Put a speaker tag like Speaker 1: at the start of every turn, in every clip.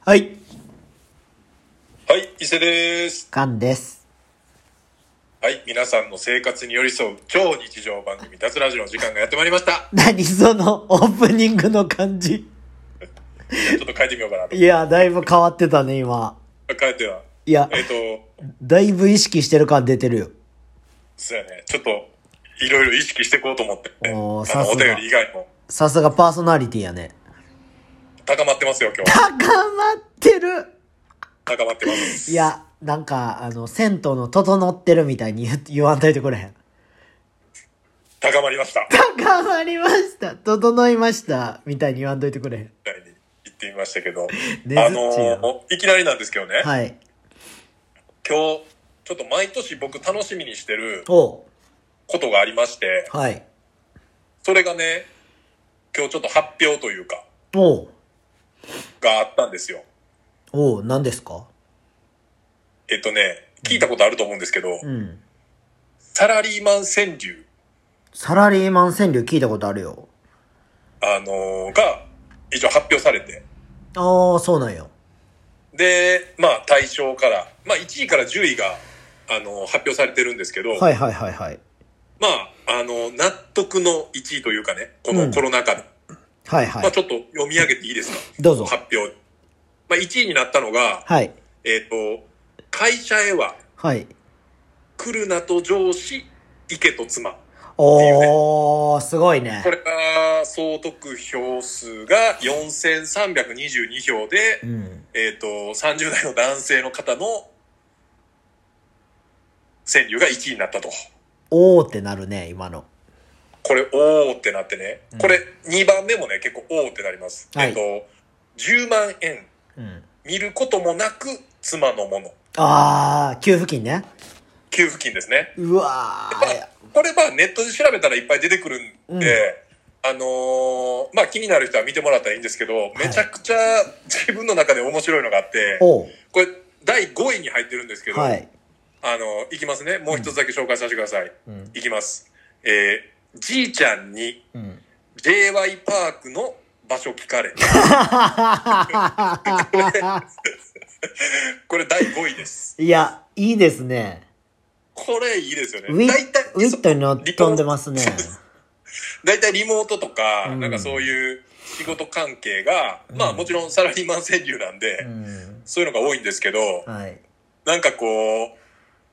Speaker 1: はい、
Speaker 2: はい、伊勢です。
Speaker 1: ガンです。
Speaker 2: はい、皆さんの生活に寄り添う超日常番組、脱ラジオの時間がやってまいりました。
Speaker 1: 何そのオープニングの感じ。
Speaker 2: ちょっと変えてみようかなと
Speaker 1: い。や、だいぶ変わってたね、今。
Speaker 2: 変えては。
Speaker 1: いや、
Speaker 2: えっ、と、
Speaker 1: だいぶ意識してる感出てるよ。
Speaker 2: そうやね、ちょっと、いろいろ意識していこうと思って、あの
Speaker 1: おー
Speaker 2: お
Speaker 1: さすが
Speaker 2: 便り以外も
Speaker 1: さすがパーソナリティやね。
Speaker 2: 高まってますよ、今日。
Speaker 1: 高まってる
Speaker 2: 高まってます。
Speaker 1: いや、なんか、あの、銭湯の整ってるみたいに言言わんといてくれへん。
Speaker 2: 高まりました。み
Speaker 1: 高まりました整いましたみたいに言わんといてくれへん。
Speaker 2: たいに言ってみましたけど、
Speaker 1: ね
Speaker 2: あ
Speaker 1: ずっちや
Speaker 2: のーいきなりなんですけどね、
Speaker 1: はい。
Speaker 2: 今日、ちょっと毎年僕楽しみにしてる
Speaker 1: おう
Speaker 2: ことがありまして、
Speaker 1: はい。
Speaker 2: それがね、今日ちょっと発表というか、
Speaker 1: おう
Speaker 2: があったんですよ。
Speaker 1: おう何ですか
Speaker 2: えっとね、聞いたことあると思うんですけど、
Speaker 1: うん。
Speaker 2: サラリーマン川柳、
Speaker 1: サラリーマン川柳聞いたことあるよ。
Speaker 2: あのーが、一応発表されて、
Speaker 1: ああ、そうなんや。
Speaker 2: で、まあ、対象から、まあ、1位から10位が、あのー発表されてるんですけど、
Speaker 1: はいはいはいはい。
Speaker 2: まあ、あのー納得の1位というかね、こ
Speaker 1: う
Speaker 2: の
Speaker 1: ん
Speaker 2: コロナ禍で、
Speaker 1: はいは
Speaker 2: まあ、
Speaker 1: い。
Speaker 2: ちょっと読み上げていいですか、
Speaker 1: どうぞ。
Speaker 2: 発表。まあ、1位になったのが、
Speaker 1: はい。
Speaker 2: えっ、と、会社へは
Speaker 1: はい。
Speaker 2: 来るなと上司、行けと妻。
Speaker 1: おー、すごいね
Speaker 2: こ。れが、総得票数が4322票で
Speaker 1: う、ん。
Speaker 2: えっ、と、30代の男性の方の川柳が1位になったと。
Speaker 1: おーってなるね、今の。
Speaker 2: これ、おーってなってね
Speaker 1: うん。
Speaker 2: これ、2番目もね、結構おーってなります。
Speaker 1: はい
Speaker 2: えっ、と、10万円
Speaker 1: うん。
Speaker 2: 見ることもなく妻のもの。
Speaker 1: あー、給付金ね。
Speaker 2: 給付金ですね。
Speaker 1: うわ
Speaker 2: ま
Speaker 1: ー。
Speaker 2: あ、これはネットで調べたらいっぱい出てくるんで、あのーまあ気になる人は見てもらったらいいんですけど、めちゃくちゃ自分の中で面白いのがあって、
Speaker 1: おー。
Speaker 2: これ第5位に入ってるんですけど、
Speaker 1: はい。
Speaker 2: あの、いきますね。もう一つだけ紹介させてください。
Speaker 1: うん。
Speaker 2: いきます。えー、じいちゃんに
Speaker 1: うん。
Speaker 2: JY パークの場所聞かれ。これ第5位です。
Speaker 1: いや、いいですね。
Speaker 2: これいいですよね。
Speaker 1: ウィ
Speaker 2: 大体、
Speaker 1: ウィットにの
Speaker 2: リモ
Speaker 1: 飛んでますね。
Speaker 2: 大体リモートとか、
Speaker 1: うん
Speaker 2: なんかそういう仕事関係が、
Speaker 1: うん
Speaker 2: まあもちろんサラリーマン川柳なんで、
Speaker 1: うん。
Speaker 2: そういうのが多いんですけど、
Speaker 1: はい。
Speaker 2: なんかこう、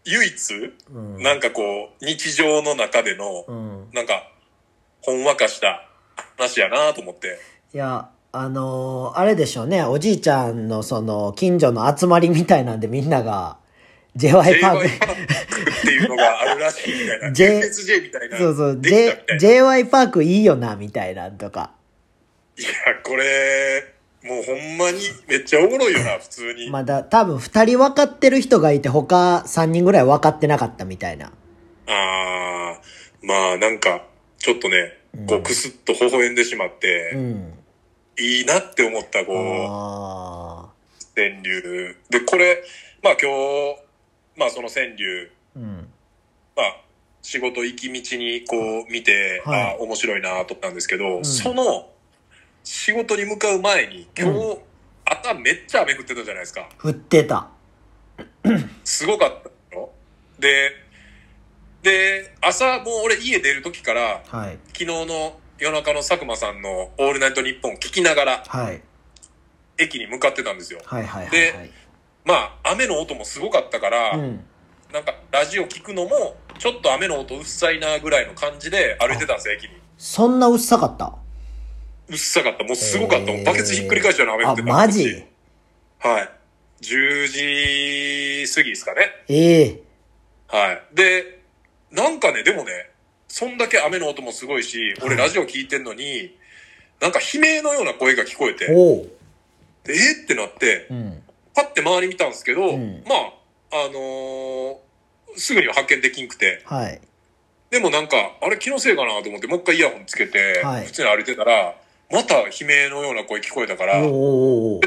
Speaker 2: 唯一、
Speaker 1: うん。
Speaker 2: なんかこう、日常の中での、
Speaker 1: うん。
Speaker 2: なんか、ほんわかした話やなと思って。
Speaker 1: いや、あのーあれでしょうね、おじいちゃんのその、近所の集まりみたいなんでみんなが、
Speaker 2: j
Speaker 1: JY パ
Speaker 2: y
Speaker 1: ー
Speaker 2: パークっていうのがあるらしいみたいな。
Speaker 1: J-
Speaker 2: JSJ みたい
Speaker 1: ク、
Speaker 2: な。
Speaker 1: そうそう、
Speaker 2: できたみ
Speaker 1: J
Speaker 2: たい、な。い
Speaker 1: JY パークいいよな、みたいなんとか。
Speaker 2: や、これ、もうほんまにめっちゃおもろいよな、普通に。
Speaker 1: まだ、多分二人分かってる人がいて、他三人ぐらい分かってなかったみたいな。
Speaker 2: あー、まあなんか、ちょっとね、こ
Speaker 1: うん
Speaker 2: う、くすっと微笑んでしまって、
Speaker 1: うん。
Speaker 2: いいなって思った、こ
Speaker 1: あ
Speaker 2: う、川柳。で、これ、まあ今日、まあその川柳、
Speaker 1: ーうん。
Speaker 2: まあ、仕事行き道にこう見て、
Speaker 1: はい
Speaker 2: あー面白いなと思ったんですけど、
Speaker 1: うん
Speaker 2: その仕事に向かう前に今日、
Speaker 1: う
Speaker 2: 朝めっちゃ雨降ってたじゃないですか。
Speaker 1: 振ってた。
Speaker 2: すごかったでしょで、で、朝もう俺家出る時から
Speaker 1: はい。
Speaker 2: 昨日の夜中の佐久間さんのオールナイトニッポン聞きながら
Speaker 1: はい。
Speaker 2: 駅に向かってたんですよ。
Speaker 1: はいはいはい、
Speaker 2: で
Speaker 1: はい。
Speaker 2: まあ雨の音もすごかったから、
Speaker 1: うん。
Speaker 2: なんかラジオ聞くのもちょっと雨の音うっさいなぐらいの感じで歩いてたんですよ、駅に。
Speaker 1: そんなうっさかった
Speaker 2: うっさかった。もうすごかった。もうバケツひっくり返したような雨降っ
Speaker 1: あ、
Speaker 2: てた。
Speaker 1: マジ
Speaker 2: はい。10時過ぎですかね。
Speaker 1: ええ
Speaker 2: はい。で、なんかね、でもね、そんだけ雨の音もすごいし、俺
Speaker 1: はい
Speaker 2: ラジオ聞いてんのに、なんか悲鳴のような声が聞こえて、で
Speaker 1: おう。
Speaker 2: えーってなって、
Speaker 1: うん。
Speaker 2: パッて周り見たんですけど、
Speaker 1: うん
Speaker 2: まあ、あのーすぐには発見できんくて、
Speaker 1: はい。
Speaker 2: でもなんか、あれ気のせいかなと思って、もう一回イヤホンつけて、
Speaker 1: はい
Speaker 2: 普通に歩いてたら、また悲鳴のような声聞こえたか
Speaker 1: お
Speaker 2: ら、
Speaker 1: うお
Speaker 2: 間違いう
Speaker 1: おうおう。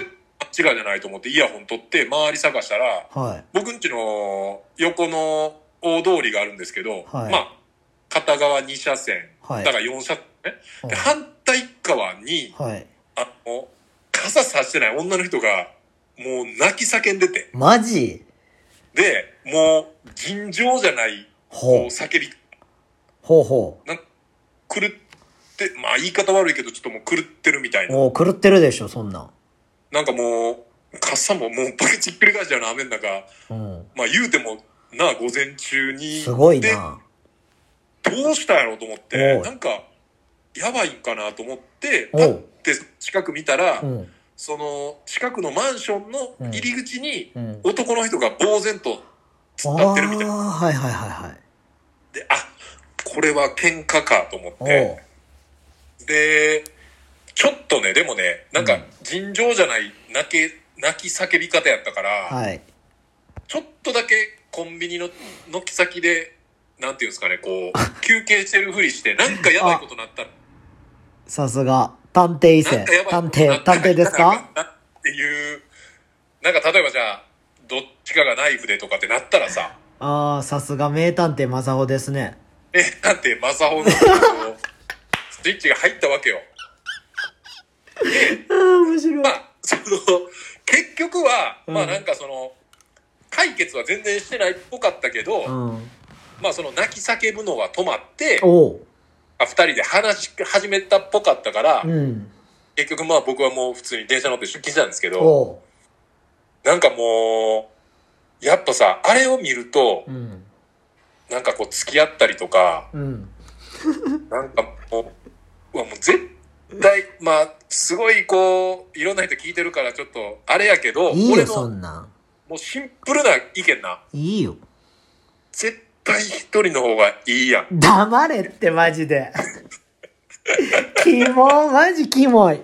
Speaker 2: じゃないと思ってイヤホン取って周り探したら、
Speaker 1: はい。
Speaker 2: 僕んちの横の大通りがあるんですけど、
Speaker 1: はい
Speaker 2: まあ、片側2車線、
Speaker 1: はい
Speaker 2: だから4車線ね。
Speaker 1: うん
Speaker 2: で、反対側に、
Speaker 1: はい。
Speaker 2: あの、傘さしてない女の人がもう泣き叫んでて。
Speaker 1: マジ
Speaker 2: で、もう、尋常じゃない、こ
Speaker 1: ほ
Speaker 2: う、
Speaker 1: う。
Speaker 2: 叫び、
Speaker 1: ほうほ。
Speaker 2: なん狂って、まあ言い方悪いけど、ちょっともう狂ってるみたいうな。
Speaker 1: もう狂ってるでしょ、そんなん。
Speaker 2: なんかもう、かっさももうバケチひっくり返したような雨の中、
Speaker 1: うん。
Speaker 2: まあ言うても、なあ、午前中に。
Speaker 1: すごい
Speaker 2: で
Speaker 1: な。
Speaker 2: どうしたんやろうと思って
Speaker 1: お、う
Speaker 2: なんか、やばいんかなと思って、
Speaker 1: お
Speaker 2: 立
Speaker 1: う
Speaker 2: って近く見たら、
Speaker 1: うん。
Speaker 2: その近くのマンションの入り口に
Speaker 1: うん。
Speaker 2: 男の人が呆然と
Speaker 1: あ
Speaker 2: 突っ立
Speaker 1: あ
Speaker 2: って
Speaker 1: ー、
Speaker 2: るみたい
Speaker 1: はいはいはい
Speaker 2: で、あ、これは喧嘩かと思っ
Speaker 1: はい。おう
Speaker 2: て、で、ちょっとね、でもね、なん
Speaker 1: う
Speaker 2: か
Speaker 1: ん
Speaker 2: 尋常じゃない泣け、泣き叫び方やったから、
Speaker 1: はい。
Speaker 2: ちょっとだけコンビニの軒先で、なんていうんですかね、こう、休憩してるふりして、なんかやばいことなったら、
Speaker 1: さすが、探偵伊
Speaker 2: な
Speaker 1: 勢
Speaker 2: んかや。ばい
Speaker 1: 探
Speaker 2: ことにな
Speaker 1: 偵、
Speaker 2: った
Speaker 1: 探
Speaker 2: ら
Speaker 1: 偵です
Speaker 2: なん
Speaker 1: か
Speaker 2: なっていう、なんか例えばじゃあ、どっちかがナイフでとかってなったらさ、
Speaker 1: ああ、さすが名探偵正穂ですね。
Speaker 2: え、なんて、マサホの、こうスイッチが入ったわけよ。
Speaker 1: ああ、面白
Speaker 2: ま。あ、その、結局は、
Speaker 1: うん
Speaker 2: まあなんかその、解決は全然してないっぽかったけど、
Speaker 1: うん。
Speaker 2: まあその泣き叫ぶのは止まって、
Speaker 1: おう。
Speaker 2: あ二人で話し始めたっぽかったから、
Speaker 1: うん。
Speaker 2: 結局まあ僕はもう普通に電車乗って出勤したんですけど、
Speaker 1: おう。
Speaker 2: なんかもう、やっぱさ、あれを見ると、
Speaker 1: うん。
Speaker 2: なんかこう付き合ったりとか、
Speaker 1: うん。
Speaker 2: なんかもう、うわもう絶対、まあ、すごいこう、いろんな人聞いてるからちょっと、あれやけど、
Speaker 1: いい
Speaker 2: 俺
Speaker 1: よ、
Speaker 2: の
Speaker 1: そんなん。
Speaker 2: もうシンプルな意見な。
Speaker 1: いいよ。
Speaker 2: 絶対一人の方がいいやん。
Speaker 1: 黙れって、マジで。 キモ、マジキモい。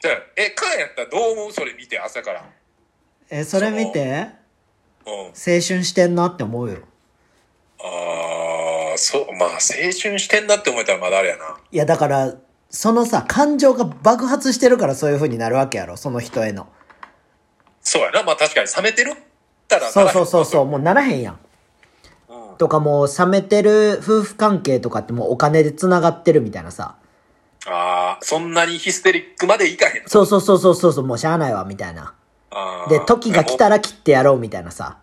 Speaker 2: じゃあ、え、カンやったらどう思うそれ見て、朝から。
Speaker 1: え、それ見て、
Speaker 2: うん。
Speaker 1: 青春してんなって思うよ。
Speaker 2: ああ、そう、まあ、青春してんなって思えたらまだあれやな。
Speaker 1: いや、だから、そのさ、感情が爆発してるからそういう風になるわけやろ、その人への。
Speaker 2: そうやな。まあ、確かに冷めてるったら
Speaker 1: そうそうそう
Speaker 2: う。
Speaker 1: そう、もうならへんやん。
Speaker 2: うん。
Speaker 1: とかもう、冷めてる夫婦関係とかってもうお金で繋がってるみたいなさ。
Speaker 2: ああ、そんなにヒステリックまでいかへん。
Speaker 1: そうそうそうそうそうそう、もうしゃあないわ、みたいな。
Speaker 2: あー
Speaker 1: で、時が来たら切ってやろう、みたいなさ。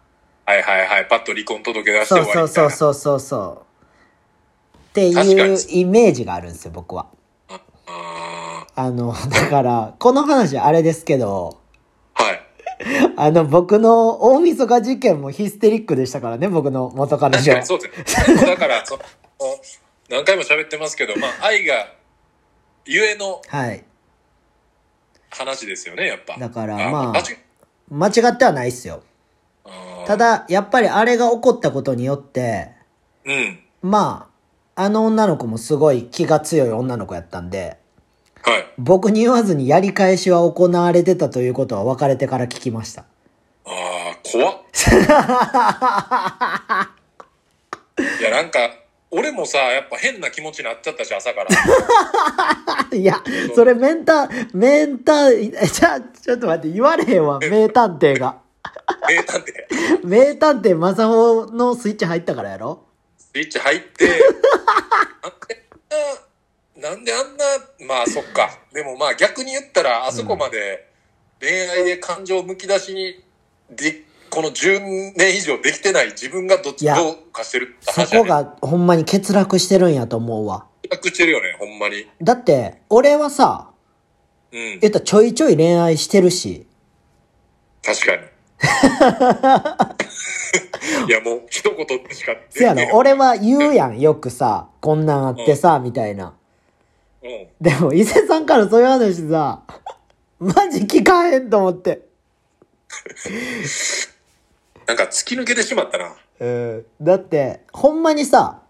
Speaker 2: はいはいはい。パッと離婚届け出して
Speaker 1: そ
Speaker 2: 終
Speaker 1: う
Speaker 2: わりみたい
Speaker 1: そ
Speaker 2: な。
Speaker 1: うそうそうそうそう。って
Speaker 2: 確か
Speaker 1: いう
Speaker 2: に
Speaker 1: イメージがあるんですよ、僕は。
Speaker 2: あ
Speaker 1: あの、だから、この話あれですけど、
Speaker 2: あ、はい。
Speaker 1: あの、僕の大晦日事件もヒステリックでしたからね、僕の元彼
Speaker 2: 確か
Speaker 1: 女
Speaker 2: に。そうですね。だから、その、何回も喋ってますけど、ま あ、愛が、ゆえの
Speaker 1: はい。
Speaker 2: 話ですよね、やっぱ。
Speaker 1: だからまあ
Speaker 2: 確
Speaker 1: 間違ってはないっすよ。た、
Speaker 2: か
Speaker 1: だ、やっぱりあれが起こったことによって、
Speaker 2: うん。
Speaker 1: まあ、あの女の子もすごい気が強い女の子やったんで、
Speaker 2: はい。
Speaker 1: 僕に言わずにやり返しは行われてたということは別れてから聞きました。
Speaker 2: ああ、怖っ。いや、なんか、俺もさ、やっぱ変な気持ちになっちゃったし、 朝から。
Speaker 1: いや、それ、メンタ、メンタ、えじゃあ、ちょっと待って、言われへんわ、名探偵が。
Speaker 2: 名探偵。
Speaker 1: 名探偵正穂のスイッチ入ったからやろ
Speaker 2: スイッチ 入って、なんであんな、なんであんな、まあそっか。でもまあ逆に言ったら、あそこまで恋愛で感情むき出しに、で、この10年以上できてない自分がどっ
Speaker 1: い
Speaker 2: ち
Speaker 1: や
Speaker 2: どうかしてるって
Speaker 1: そ
Speaker 2: 話や
Speaker 1: こ
Speaker 2: ね。
Speaker 1: がほんまに欠落してるんやと思うわ。
Speaker 2: 楽してるよね、ほんまに。
Speaker 1: だって、俺はさ、
Speaker 2: うん。
Speaker 1: 言ったらちょいちょい恋愛してるし、
Speaker 2: 確かに。いやもう一言しか
Speaker 1: せや
Speaker 2: ね
Speaker 1: ろ、俺は言うやん、よくさ、こんなんあってさ、みたいな。
Speaker 2: うん。
Speaker 1: でも、伊勢さんからそういう話さ、 マジ聞かへんと思って。
Speaker 2: なんか突き抜けてしまったな。
Speaker 1: うんだって、ほんまにさ、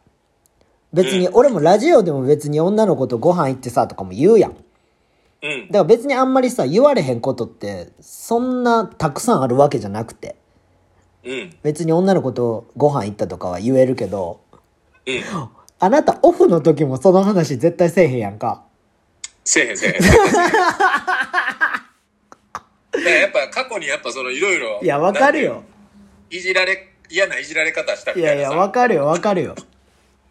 Speaker 1: 別に、俺もラジオでも別に女の子とご飯行ってさ、とかも言うやん。
Speaker 2: うん
Speaker 1: だ。から別にあんまりさ、言われへんことって、そんなたくさんあるわけじゃなくて。
Speaker 2: うん。
Speaker 1: 別に女の子とご飯行ったとかは言えるけど、
Speaker 2: うん。
Speaker 1: あなたオフの時もその話絶対せえへんやんか。
Speaker 2: せえへんせ えへん。だからやっぱ過去にやっぱそのいろいろ。
Speaker 1: いや、わかる
Speaker 2: なん
Speaker 1: よ
Speaker 2: て。いう。いじられ、嫌ないじられ方した
Speaker 1: い
Speaker 2: みた
Speaker 1: や
Speaker 2: い
Speaker 1: い
Speaker 2: な
Speaker 1: や、
Speaker 2: さ。
Speaker 1: わかるよ、わかるよ。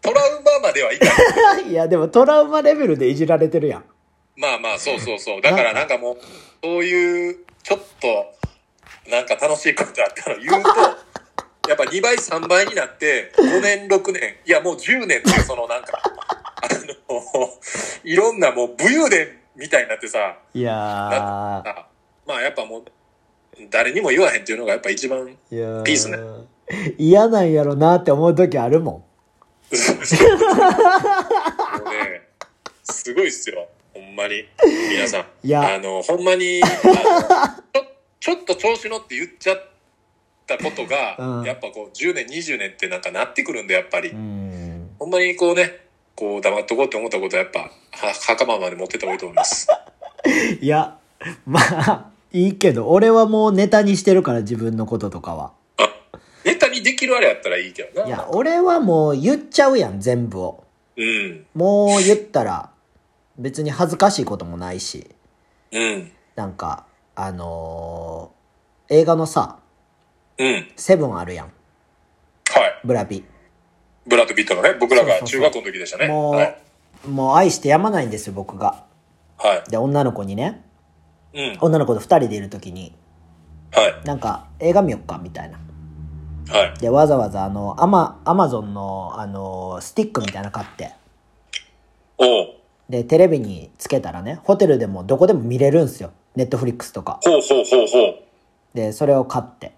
Speaker 2: トラウマまではいかない。
Speaker 1: いや、でもトラウマレベルでいじられてるやん。
Speaker 2: まあまあ、そうそうそう。だからなんかもう、そういう、ちょっと、なんか楽しいことあったら言 うと、やっぱ2倍、3倍になって、5年、6年、いやもう10年って、そのなんか、あの、 いろんなもう武勇伝みたいになってさ、
Speaker 1: いや
Speaker 2: あまあやっぱもう、誰にも言わへんっていうのがやっぱ一番、
Speaker 1: ー。いやー
Speaker 2: ピースね。
Speaker 1: 嫌なんやろなって思う時あるも
Speaker 2: もうね、すごいっすよ。ほんまに。皆さん。
Speaker 1: いや
Speaker 2: あの、ほんまに、あのちょちょっ と調子乗って言っちゃったことが、
Speaker 1: うん
Speaker 2: やっぱこう、10年、20年ってなんかなってくるんで、やっぱり。
Speaker 1: ん。うん。
Speaker 2: ほんまにこうね、こう、黙っとこうって思ったことは、やっぱ、は袴まで持ってった方がいいと思います。
Speaker 1: いや、まあ、いいけど、俺はもうネタにしてるから、自分のこととかは。
Speaker 2: あネタにできるあれやったらいいけど
Speaker 1: い
Speaker 2: な
Speaker 1: や。、俺はもう言っちゃうやん、全部を。
Speaker 2: うん。
Speaker 1: もう言ったら、別に恥ずかしいこともないし。
Speaker 2: うん。
Speaker 1: なんか、あのー映画のさ、
Speaker 2: うん。はい。
Speaker 1: セブンあるやん。ブラピ。
Speaker 2: ブラッド・ピットのね、僕らが
Speaker 1: そうそうそ
Speaker 2: 中
Speaker 1: う
Speaker 2: 学校の時でしたね。
Speaker 1: もう、
Speaker 2: はい。
Speaker 1: もう愛してやまないんですよ、僕が。
Speaker 2: は
Speaker 1: で、女の子にね、
Speaker 2: い。うん。
Speaker 1: 女の子と二人でいる時に、
Speaker 2: はい。
Speaker 1: なんか、映画見よっか、みたいな。
Speaker 2: はい。
Speaker 1: で、わざわざ、あの、アマ、アマゾンの、あのースティックみたいなの買って、
Speaker 2: おう。
Speaker 1: で、テレビにつけたらね、ホテルでもどこでも見れるんすよ。ネットフリックスとか。
Speaker 2: ほうほうほうほう。
Speaker 1: で、それを買って。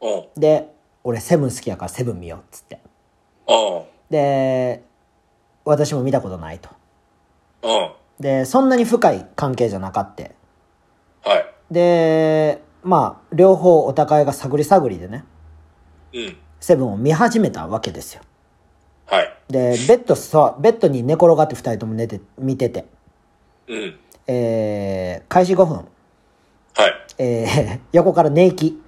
Speaker 2: おう。
Speaker 1: で、俺セブン好きやからセブン見よう、っつって。
Speaker 2: おう。
Speaker 1: で、私も見たことないと。
Speaker 2: おう。
Speaker 1: で、そんなに深い関係じゃなかって。
Speaker 2: は
Speaker 1: で、まあ、両方お互いが探り探りでね、
Speaker 2: い。うん。
Speaker 1: セブンを見始めたわけですよ。
Speaker 2: はい。
Speaker 1: で、ベッドさ、ベッドに寝転がって二人とも寝て、見てて、
Speaker 2: うん。
Speaker 1: えー、開始5分、
Speaker 2: はい。
Speaker 1: えー、横から寝息。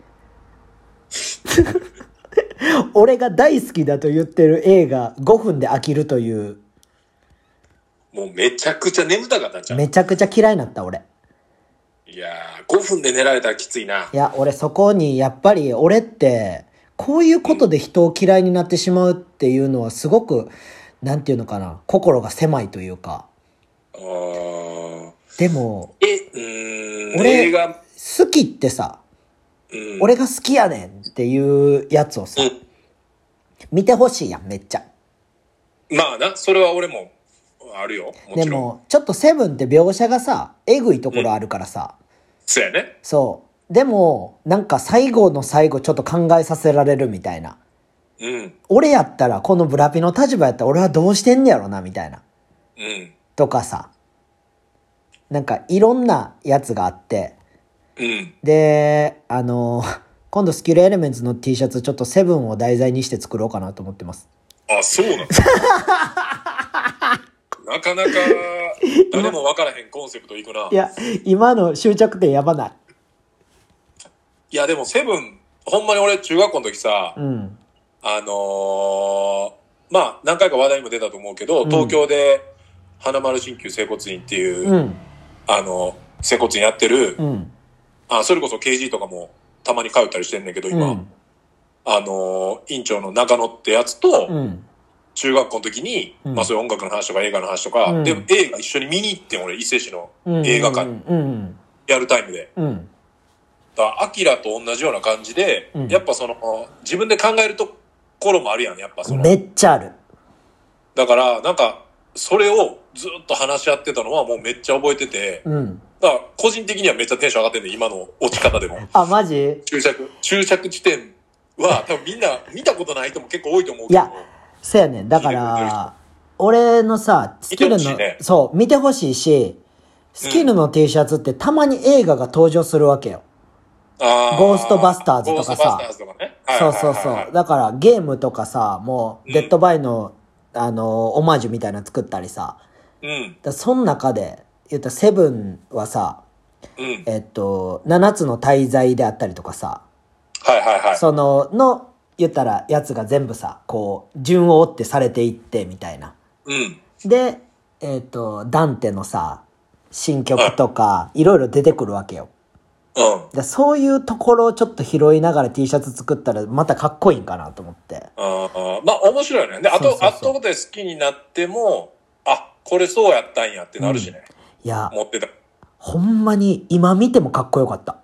Speaker 1: 俺が大好きだと言ってる映画5分で飽きるという、
Speaker 2: もうめちゃくちゃ眠たかったんちゃう
Speaker 1: めちゃくちゃ嫌いになった俺。
Speaker 2: いやー、5分で寝られたらきついな。
Speaker 1: いや、俺そこに、やっぱり俺って、こういうことで人を嫌いになってしまうっていうのはすごく、なんていうのかな、心が狭いというか。
Speaker 2: あー
Speaker 1: でも、
Speaker 2: え、うーん、
Speaker 1: 俺
Speaker 2: 映画、
Speaker 1: 好きってさ、
Speaker 2: うん、
Speaker 1: 俺が好きやねんっていうやつをさ
Speaker 2: う、
Speaker 1: 見てほしいやん、めっちゃ。
Speaker 2: ん、まあな、それは俺も、あるよ。も
Speaker 1: で
Speaker 2: ちろん。
Speaker 1: も、ちょっとセブンって描写がさ、えぐいところあるからさ、
Speaker 2: そうやね。
Speaker 1: そう。でも、なんか最後の最後ちょっと考えさせられるみたいな。
Speaker 2: うん、
Speaker 1: 俺やったら、このブラピの立場やったら俺はどうしてんねやろな、みたいな。
Speaker 2: うん、
Speaker 1: とかさ、なんかいろんなやつがあって、
Speaker 2: うん。
Speaker 1: で、あの、今度スキルエレメンツの T シャツちょっとセブンを題材にして作ろうかなと思ってます。
Speaker 2: あ、そう なのなかなか、誰もわからへんコンセプトいくな。
Speaker 1: いや、今の終着点やばない。
Speaker 2: いや、でも、セブン、ほんまに俺、中学校の時さ、
Speaker 1: うん。
Speaker 2: あのーまあ、何回か話題にも出たと思うけど、
Speaker 1: うん
Speaker 2: 東京で、花丸鍼灸整骨院っていう、
Speaker 1: うん。
Speaker 2: あの、整骨院やってる、
Speaker 1: うん。
Speaker 2: あ、それこそ KG とかもたまに通ったりしてんねんけど、
Speaker 1: う
Speaker 2: 今、
Speaker 1: ん。
Speaker 2: あのー、院長の中野ってやつと、
Speaker 1: うん。
Speaker 2: 中学校の時に、
Speaker 1: うん
Speaker 2: まあそういう音楽の話とか映画の話とか、
Speaker 1: うん
Speaker 2: で、映画一緒に見に行ってん俺、伊勢市の
Speaker 1: うん。
Speaker 2: 映画館
Speaker 1: うん。
Speaker 2: リアルタイムで。
Speaker 1: うん。うん。
Speaker 2: だから、アキラと同じような感じで、
Speaker 1: うん
Speaker 2: やっぱその、自分で考えるところもあるやん、やっぱその。
Speaker 1: めっちゃある。
Speaker 2: だから、なんか、それをずっと話し合ってたのはもうめっちゃ覚えてて、
Speaker 1: うん。
Speaker 2: だから個人的にはめっちゃテンション上がってんねん今の落ち方でも。
Speaker 1: あ、マジ
Speaker 2: 注釈、注釈地点は多分みんな見たことない人も結構多いと思うけど。
Speaker 1: いやせやねん。だから、俺のさ、スキル
Speaker 2: 見てほし
Speaker 1: の、
Speaker 2: いね
Speaker 1: そう、見てほしいし、スキルの T シャツってたまに映画が登場するわけよ。
Speaker 2: あ
Speaker 1: ゴーストバスターズとかさ
Speaker 2: ゴーストバスターズとかね。はいは
Speaker 1: そ
Speaker 2: いうはい
Speaker 1: そう
Speaker 2: は
Speaker 1: そ。。
Speaker 2: いう
Speaker 1: だからゲームとかさ、もう、デッドバイの、あの、オマージュみたいなの作ったりさ。
Speaker 2: うん、
Speaker 1: だその中で、言ったらセブンはさ、
Speaker 2: うん。
Speaker 1: えっと、7つの大罪であったりとかさ、
Speaker 2: はいはいはい。
Speaker 1: その、の、言ったらやつが全部さ、こう、順を追ってされていって、みたいな。
Speaker 2: うん。
Speaker 1: で、えっと、ダンテのさ、新曲とか、いろいろ出てくるわけよ。
Speaker 2: うん。
Speaker 1: だそういうところをちょっと拾いながら T シャツ作ったら、またかっこいいんかなと思って。
Speaker 2: あーまあ面白いよね。で、あ
Speaker 1: そうそう
Speaker 2: と、
Speaker 1: そう
Speaker 2: あとで好きになっても、あ、これそうやったんやってなるしね。
Speaker 1: いや、
Speaker 2: 持ってた。
Speaker 1: ほんまに今見てもかっこよかった。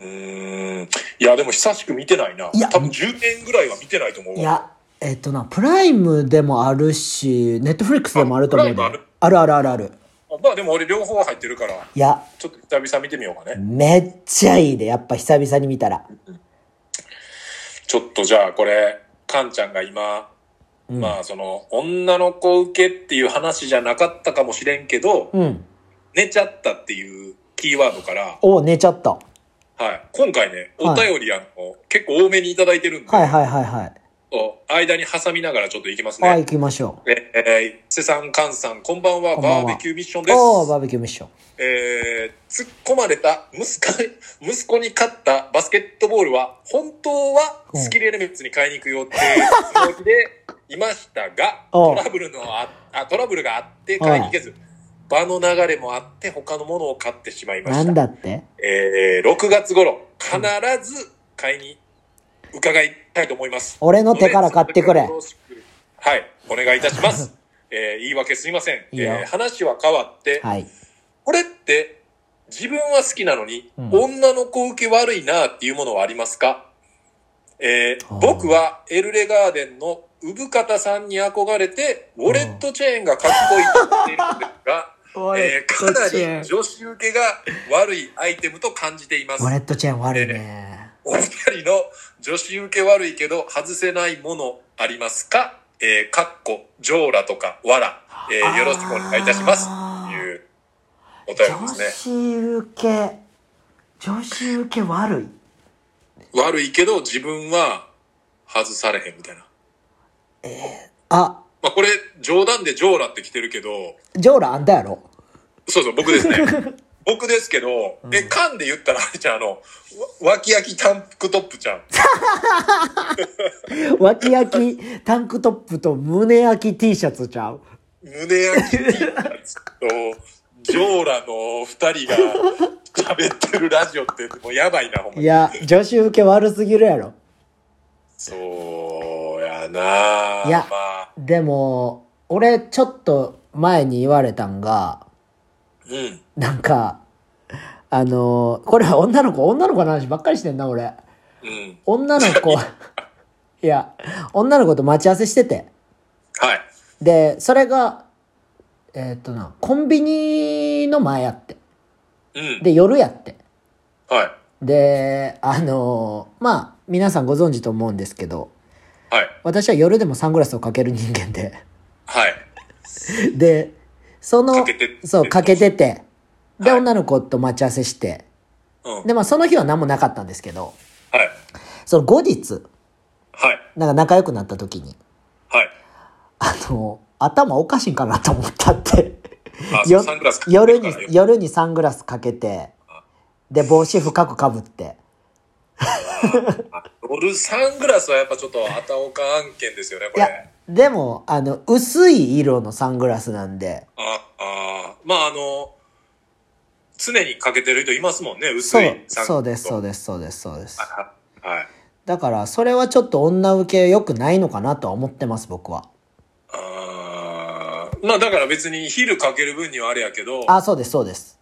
Speaker 2: うーん。いや、でも久しく見てないな。
Speaker 1: いや
Speaker 2: 多分10年ぐらいは見てないと思うわ。
Speaker 1: いや、えっとな、プライムでもあるし、ネットフリックスでもあると思う
Speaker 2: あプ
Speaker 1: で。
Speaker 2: ラ
Speaker 1: あ
Speaker 2: イムある
Speaker 1: るあるあるある。
Speaker 2: まあでも俺両方入ってるから、
Speaker 1: いや、
Speaker 2: ちょっと久々見てみようかね。
Speaker 1: めっちゃいいで、やっぱ久々に見たら。
Speaker 2: ちょっとじゃあこれ、カンちゃんが今、
Speaker 1: うん。
Speaker 2: まあその、女の子受けっていう話じゃなかったかもしれんけど、
Speaker 1: うん。
Speaker 2: 寝ちゃったっていうキーワードから、
Speaker 1: お寝ちゃった。は
Speaker 2: はい。今回ね、
Speaker 1: は
Speaker 2: お
Speaker 1: い
Speaker 2: 便りあの、結構多めにいただいてるんで、
Speaker 1: いはいはいはい。
Speaker 2: ちょっと間に挟みながらちょっといきますね。
Speaker 1: はい、行きましょ
Speaker 2: えーえー、伊勢さん、菅さん、こんばんは、
Speaker 1: こんばんは
Speaker 2: バーベキューミッション
Speaker 1: う。
Speaker 2: です。
Speaker 1: おー、バーベキューミッション。
Speaker 2: えー、突っ込まれた息子息子に勝ったバスケットボールは、本当はスキルエレメンツに買いに行く予定つもりでいましたが、
Speaker 1: おう
Speaker 2: トラブルのああ、トラブルがあって買いに行けず、場の流れもあって他のものを買ってしまいま
Speaker 1: な
Speaker 2: し
Speaker 1: ん
Speaker 2: た。
Speaker 1: だって
Speaker 2: えー、6月頃、必ず買いに伺いたいと思います。
Speaker 1: 俺の手から買ってくれ。
Speaker 2: はい、お願いいたします。えー、言い訳すいません。
Speaker 1: いいよ
Speaker 2: えー話は変わって、
Speaker 1: はい。
Speaker 2: これって、自分は好きなのに、
Speaker 1: うん
Speaker 2: 女の子受け悪いなっていうものはありますかえー
Speaker 1: あー
Speaker 2: 僕はエルレガーデンの産方さんに憧れて、ウォレットチェーンがかっこいいと言っているんです が、えーかなり女子受けが悪いアイテムと感じています
Speaker 1: ウォ。レットチェーン悪いね。
Speaker 2: お二人の女子受け悪いけど外せないものありますかえー、かっこ、ジョーラとか、わら、えー
Speaker 1: あー
Speaker 2: よろしくお願いいたします。というお便りですね。
Speaker 1: 子受け、女子受け悪い。
Speaker 2: 悪いけど自分は外されへんみたいな。
Speaker 1: あ、
Speaker 2: まあこれ冗談でジョーラって来てるけど、
Speaker 1: ジョーラあんたやろ
Speaker 2: そうそう、僕です ね。僕ですけど、え、缶で言ったらあれじゃん、あの、わ脇焼きタンクトップちゃん。
Speaker 1: 脇焼きタンクトップと胸焼き T シャツちゃう
Speaker 2: 胸焼き T シャツと、ジョーラの二人が喋ってるラジオってもうやばいな、ほんま
Speaker 1: い
Speaker 2: に。
Speaker 1: や、女子受け悪すぎるやろ。
Speaker 2: そうやなぁ
Speaker 1: いや
Speaker 2: まあ、
Speaker 1: でも、俺ちょっと前に言われたんが、
Speaker 2: うん。
Speaker 1: なんか、あのこれは女の子、女の子の話ばっかりしてんな、俺。
Speaker 2: うん。
Speaker 1: 女の子、 いや、女の子と待ち合わせしてて。
Speaker 2: はい。
Speaker 1: で、それが、えーっ、とな、コンビニの前やって。
Speaker 2: うん。
Speaker 1: で、夜やって。
Speaker 2: はい。
Speaker 1: で、あのーまあ、皆さんご存知と思うんですけど、
Speaker 2: はい。
Speaker 1: 私は夜でもサングラスをかける人間で。
Speaker 2: はい。
Speaker 1: で、その、
Speaker 2: かけて
Speaker 1: そう、かけてて。で、
Speaker 2: はい
Speaker 1: 女の子と待ち合わせして。
Speaker 2: うん。はい。
Speaker 1: で、まあ、その日は何もなかったんですけど、その後日、
Speaker 2: はい。
Speaker 1: なんか仲良くなった時に、
Speaker 2: はい。
Speaker 1: あのー頭おかしいんかなと思ったって。
Speaker 2: あ、
Speaker 1: よ
Speaker 2: サングラスかけて
Speaker 1: 夜
Speaker 2: るか
Speaker 1: に
Speaker 2: ら、よ
Speaker 1: 夜にサングラスかけて、で、帽子深くかぶって。
Speaker 2: 夜サングラスはやっぱちょっとあたおか案件ですよね、こ
Speaker 1: い
Speaker 2: れ。
Speaker 1: や、でも、あの、薄い色のサングラスなんで、
Speaker 2: ああ、まああの、常にかけてる人いますもんね、薄
Speaker 1: そう
Speaker 2: い、サングラス。
Speaker 1: そうです、そう
Speaker 2: で
Speaker 1: です、そうです、そうです。
Speaker 2: す。はい。
Speaker 1: だから、それはちょっと女受け良くないのかなとは思ってます、僕は。
Speaker 2: あーまあだから別に昼かける分にはあれやけど、
Speaker 1: あ、そうです、そうです。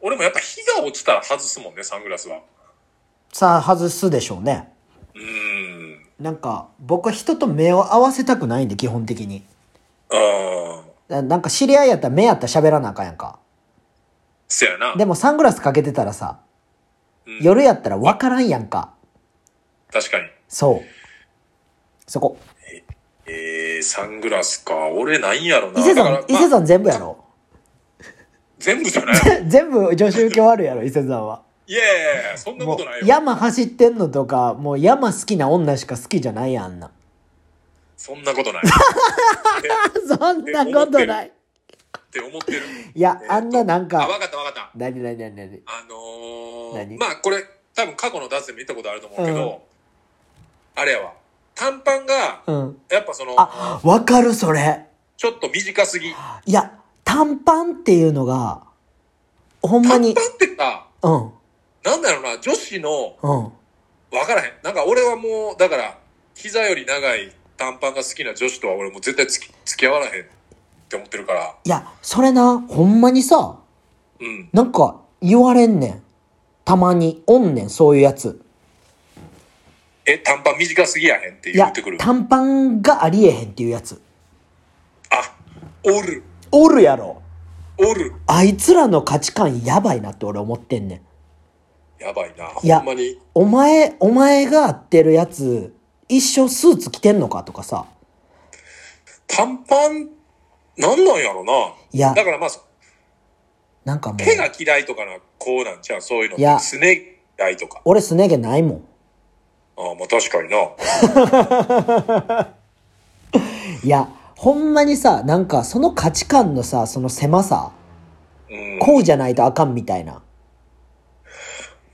Speaker 2: 俺もやっぱ日が落ちたら外すもんね、サングラスは。
Speaker 1: さあ、外すでしょうね。
Speaker 2: うーん。
Speaker 1: なんか、僕は人と目を合わせたくないんで、基本的に。
Speaker 2: ああ、
Speaker 1: ななんか、知り合いやったら目やったら喋らなあかんやんか。
Speaker 2: せやな。
Speaker 1: でも、サングラスかけてたらさ、
Speaker 2: うん
Speaker 1: 夜やったらわからんやんか。
Speaker 2: 確かに。
Speaker 1: そう。そこ。
Speaker 2: えー、サングラスか。俺なんやろな。
Speaker 1: 伊勢
Speaker 2: だ
Speaker 1: さ
Speaker 2: から
Speaker 1: ん、伊勢
Speaker 2: まあ
Speaker 1: さん全部やろ。
Speaker 2: 全部じゃない
Speaker 1: 全部、女子受け悪いやろ、伊勢さんは。
Speaker 2: いやいやいや、そんなこ
Speaker 1: も
Speaker 2: とないうよ。
Speaker 1: 山走ってんのとかもう山好きな女しか好きじゃないやんあんな
Speaker 2: そんなことない。
Speaker 1: そんなことない
Speaker 2: って思ってる。
Speaker 1: いや
Speaker 2: えー
Speaker 1: あんななん
Speaker 2: あ、
Speaker 1: か
Speaker 2: わかったわかった。
Speaker 1: 何何何何
Speaker 2: あの
Speaker 1: 何
Speaker 2: ー、まあこれ、多分過去のダンスでも見たことあると思うけ
Speaker 1: うん
Speaker 2: ど、あれやわ。短パンが、
Speaker 1: うん
Speaker 2: やっぱその、
Speaker 1: あわかるそれ
Speaker 2: ちょっと短すぎ。
Speaker 1: いや短パンっていうのがほんま
Speaker 2: 短
Speaker 1: に
Speaker 2: パンってさ、
Speaker 1: うん
Speaker 2: なんだろうな、女子の、
Speaker 1: うん
Speaker 2: わからへん。なんか俺はもう、だから、膝より長い短パンが好きな女子とは俺もう絶対つき付き合わらへんって思ってるから。
Speaker 1: いやそれなほんまにさ
Speaker 2: うん。
Speaker 1: なんか言われんねんたまにおんねんそういうやつ
Speaker 2: え、短パン短すぎやへんって
Speaker 1: い
Speaker 2: 言
Speaker 1: や
Speaker 2: ってくる。あ、
Speaker 1: 短パンがありえへんっていうやつ
Speaker 2: おる、
Speaker 1: おるやろ
Speaker 2: おる。
Speaker 1: あいつらの価値観やばいなって俺思ってんねん
Speaker 2: やばいな。
Speaker 1: いや
Speaker 2: ほんまに。
Speaker 1: お前お前が合ってるやつ一生スーツ着てんのかとかさ
Speaker 2: 短パン、なんなんやろない
Speaker 1: や
Speaker 2: だからまあ、
Speaker 1: なんかもう
Speaker 2: 毛が嫌いとかな、こうなんちゃう、そういうの。
Speaker 1: いや
Speaker 2: すね嫌いとか。
Speaker 1: 俺すね毛ないもん
Speaker 2: ああ、まあ確かにな。
Speaker 1: いやほんまにさなんかその価値観のさその狭さ
Speaker 2: うん。
Speaker 1: こうじゃないとあかんみたいな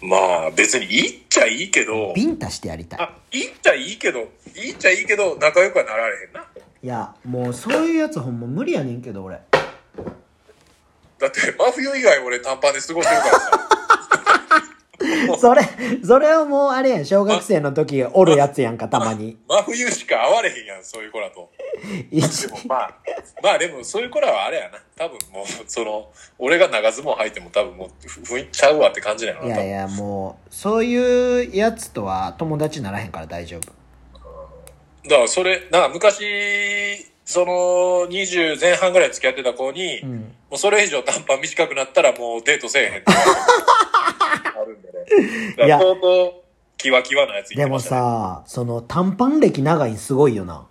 Speaker 2: まあ別にいいっちゃいいけど、
Speaker 1: ビンタしてやりたい
Speaker 2: あ、いいっちゃいいけど、いいっちゃいいけど、仲良くはなられへんな。
Speaker 1: いやもうそういうやつほんま無理やねんけど俺
Speaker 2: だって、真冬以外俺短パンで過ごしてるから さ。
Speaker 1: それそれをもうあれやん小学生の時おるやつやんかたまに
Speaker 2: 真冬しか会われへんやん、そういう子らと。
Speaker 1: 一
Speaker 2: でもまあ、まあでもそういう子らはあれやな。多分もう、その、俺が長相撲履いても多分もう、ふ雰囲気ちゃうわって感じなの
Speaker 1: い
Speaker 2: な。多
Speaker 1: やい
Speaker 2: 分
Speaker 1: やもうそういうやつとは友達にならへんから大丈夫
Speaker 2: だからそれ、なあ、昔、その、20前半ぐらい付き合ってた子に、
Speaker 1: う
Speaker 2: も
Speaker 1: ん
Speaker 2: うそれ以上短パン短くなったらもうデートせえへ んって言われてあるんでね。だ
Speaker 1: い
Speaker 2: か
Speaker 1: や
Speaker 2: ら相当、キワキワなやつい
Speaker 1: で
Speaker 2: てま
Speaker 1: も
Speaker 2: したね。
Speaker 1: さその短パン歴長いんすごいよな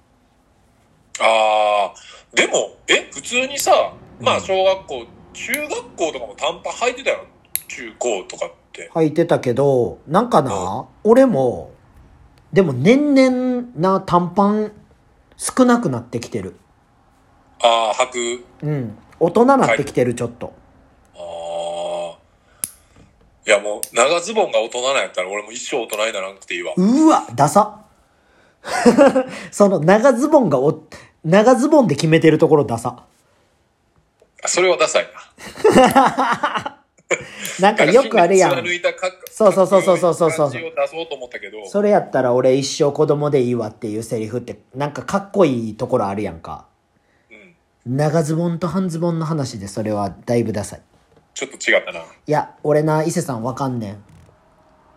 Speaker 2: ああ、でも、え、普通にさ、ま
Speaker 1: う
Speaker 2: あ
Speaker 1: ん
Speaker 2: 小学校、中学校とかも短パン履いてたよ。中高とかって。
Speaker 1: 履いてたけどなんかな俺もでも年々な短パン少なくなってきてる
Speaker 2: ああ、履く
Speaker 1: うん大人なってきてるちょっと、
Speaker 2: ああ。いやもう、長ズボンが大人なんやったら俺も一生大人にならなくていいわ。
Speaker 1: うわダサ その長ズボンがお長ズボンで決めてるところダサ
Speaker 2: それはダサい
Speaker 1: なん
Speaker 2: な。
Speaker 1: かよくあれや
Speaker 2: なんか貫いたかっ
Speaker 1: そうそうそうそうそうそうそう
Speaker 2: 感じを出そうと思ったけど、
Speaker 1: それやったら俺一生子供でいいわっていうセリフってなんかかっこいいところあるやんか
Speaker 2: うん、
Speaker 1: 長ズボンと半ズボンの話でそれはだいぶダサい
Speaker 2: ちょっと違ったな。
Speaker 1: いや俺な伊勢さんわかんねん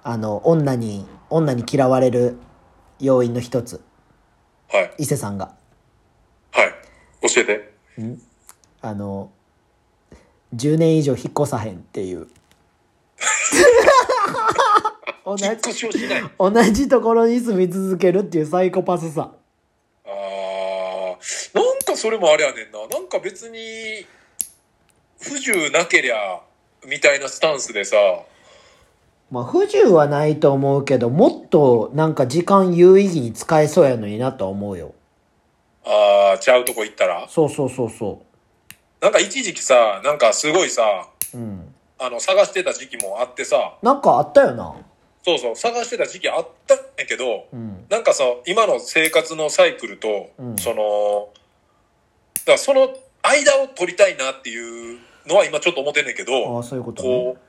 Speaker 1: あの女に女に嫌われる要因の一つ
Speaker 2: はい。
Speaker 1: 伊勢さんが
Speaker 2: はい。教えて。
Speaker 1: あの10年以上引っ越さへんっていう 同じ
Speaker 2: 引っ越しをしない。あ
Speaker 1: 同じところに住み続けるっていうサイコパスさ
Speaker 2: あー。なんかそれもあれやねんな。なんか別に、不自由なけりゃ、みたいなスタンスでさ、
Speaker 1: まあ不自由はないと思うけどもっとなんか時間有意義に使えそうやのになとは思うよ
Speaker 2: ああ、ちゃうとこ行ったら。
Speaker 1: そうそうそうそ
Speaker 2: なんか一時期さ、なんかすごいさ、
Speaker 1: ううん
Speaker 2: あの、探してた時期もあってさ、
Speaker 1: なんかあったよな
Speaker 2: そうそう、探してた時期あったんやけど、
Speaker 1: うん
Speaker 2: なんかさ、今の生活のサイクルと、
Speaker 1: うん
Speaker 2: その、だからその間を取りたいなっていうのは今ちょっと思ってんねんけ
Speaker 1: あ
Speaker 2: ど、
Speaker 1: あそういうことね
Speaker 2: こう、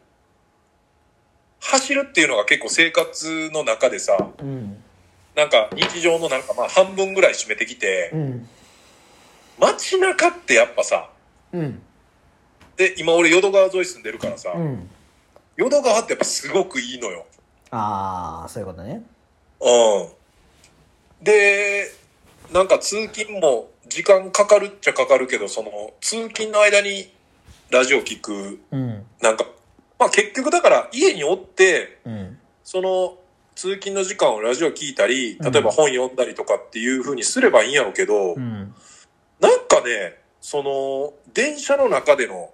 Speaker 2: 走るっていうのが結構生活の中でさ、
Speaker 1: うん
Speaker 2: なんか日常のなんかまあ半分ぐらい占めてきて
Speaker 1: う、ん
Speaker 2: 街中ってやっぱさ、
Speaker 1: うん
Speaker 2: で、今俺淀川沿い住んでるからさ、
Speaker 1: うん
Speaker 2: 淀川ってやっぱすごくいいのよ。
Speaker 1: ああそういうことね
Speaker 2: うん。で、なんか通勤も時間かかるっちゃかかるけど、その通勤の間にラジオ聞く、
Speaker 1: うん
Speaker 2: なんか、まあ結局だから家におって、
Speaker 1: うん
Speaker 2: その通勤の時間をラジオ聞いたり、
Speaker 1: うん
Speaker 2: 例えば本読んだりとかっていう風にすればいいんやろうけど、
Speaker 1: うん
Speaker 2: なんかね、その電車の中での、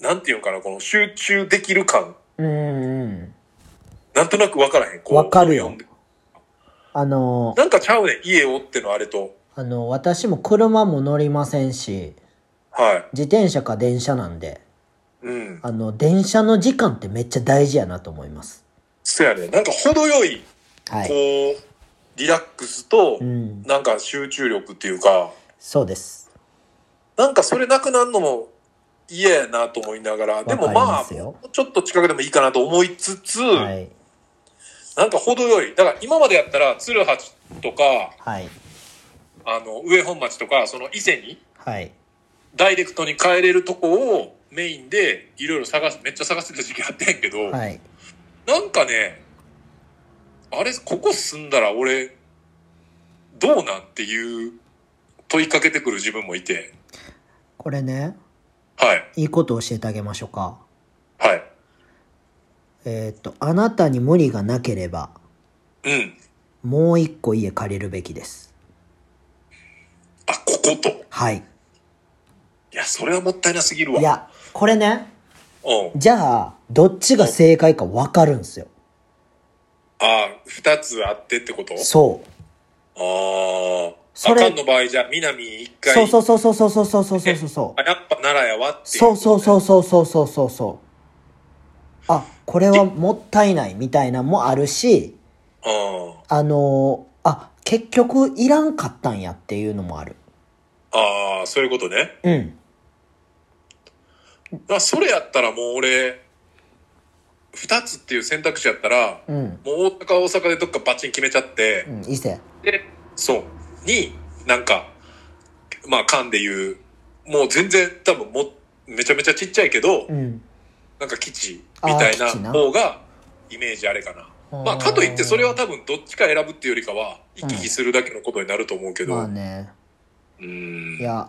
Speaker 2: なんていうのかな、この集中できる感、
Speaker 1: うんうん
Speaker 2: なんとなくわからへん。こう
Speaker 1: わかるよ
Speaker 2: 本読んで
Speaker 1: あの
Speaker 2: なんかちゃうねん、家をってのあれと。
Speaker 1: あの私も車も乗りませんし
Speaker 2: はい。
Speaker 1: 自転車か電車なんで
Speaker 2: うん。
Speaker 1: あの電車の時間ってめっちゃ大事やなと思います
Speaker 2: そうやね。なんか程よい、
Speaker 1: はい
Speaker 2: こう、リラックスと
Speaker 1: う、ん
Speaker 2: なんか集中力っていうか、
Speaker 1: そうです
Speaker 2: なんかそれなくなるのも嫌やなと思いながら、でも
Speaker 1: わかり
Speaker 2: ま
Speaker 1: ま
Speaker 2: あ、
Speaker 1: すよ
Speaker 2: もうちょっと近くでもいいかなと思いつつ、
Speaker 1: はい
Speaker 2: なんか程よい。だから今までやったら、鶴橋とか、
Speaker 1: はい
Speaker 2: あの、上本町とか、その伊勢に、
Speaker 1: はい
Speaker 2: ダイレクトに帰れるとこをメインで、いろいろ探す、めっちゃ探してた時期あってんけど、
Speaker 1: はい
Speaker 2: なんかね、あれ、ここ住んだら俺、どうなんっていう問いかけてくる自分もいて、
Speaker 1: これね、
Speaker 2: はい、
Speaker 1: いいこと教えてあげましょうか。
Speaker 2: はい、
Speaker 1: えーっと、あなたに無理がなければ、
Speaker 2: うん、
Speaker 1: もう一個家借りるべきです。
Speaker 2: あ、ここと。い
Speaker 1: はい。
Speaker 2: や、それはもったいなすぎるわ。
Speaker 1: いや、これね、
Speaker 2: うん。
Speaker 1: じゃあ、どっちが正解かわかるんですよ。
Speaker 2: ああ、二つあってってこと
Speaker 1: そう。
Speaker 2: ああ。
Speaker 1: それ
Speaker 2: あかんの場合じゃあ、南一回。
Speaker 1: そうそうそうそうそうそうそうそうそうそう。
Speaker 2: あ、やっぱ奈良やわってい
Speaker 1: そうそう
Speaker 2: う。
Speaker 1: そうそうそうそうそうそう。あ、これはもったいないみたいなんもあるし、
Speaker 2: うん。
Speaker 1: あのーあ、結局いらんかったんやっていうのもある。
Speaker 2: ああ、そういうことね。
Speaker 1: うん。
Speaker 2: だからそれやったらもう俺、二つっていう選択肢やったら、
Speaker 1: うん。
Speaker 2: もう大阪大阪でどっかバチン決めちゃって
Speaker 1: う、ん、伊勢。
Speaker 2: で、そう、に、なんか、まあ、缶で言う、もう全然多分も、めちゃめちゃちっちゃいけど、
Speaker 1: うん。
Speaker 2: なんか基地みたい
Speaker 1: あー
Speaker 2: な
Speaker 1: 基地な
Speaker 2: 方が、イメージあれかな。まあ、かといってそれは多分どっちか選ぶっていうよりかは、行き来するだけのことになると思うけど、
Speaker 1: まあ
Speaker 2: う
Speaker 1: ね。
Speaker 2: ーん
Speaker 1: い、や、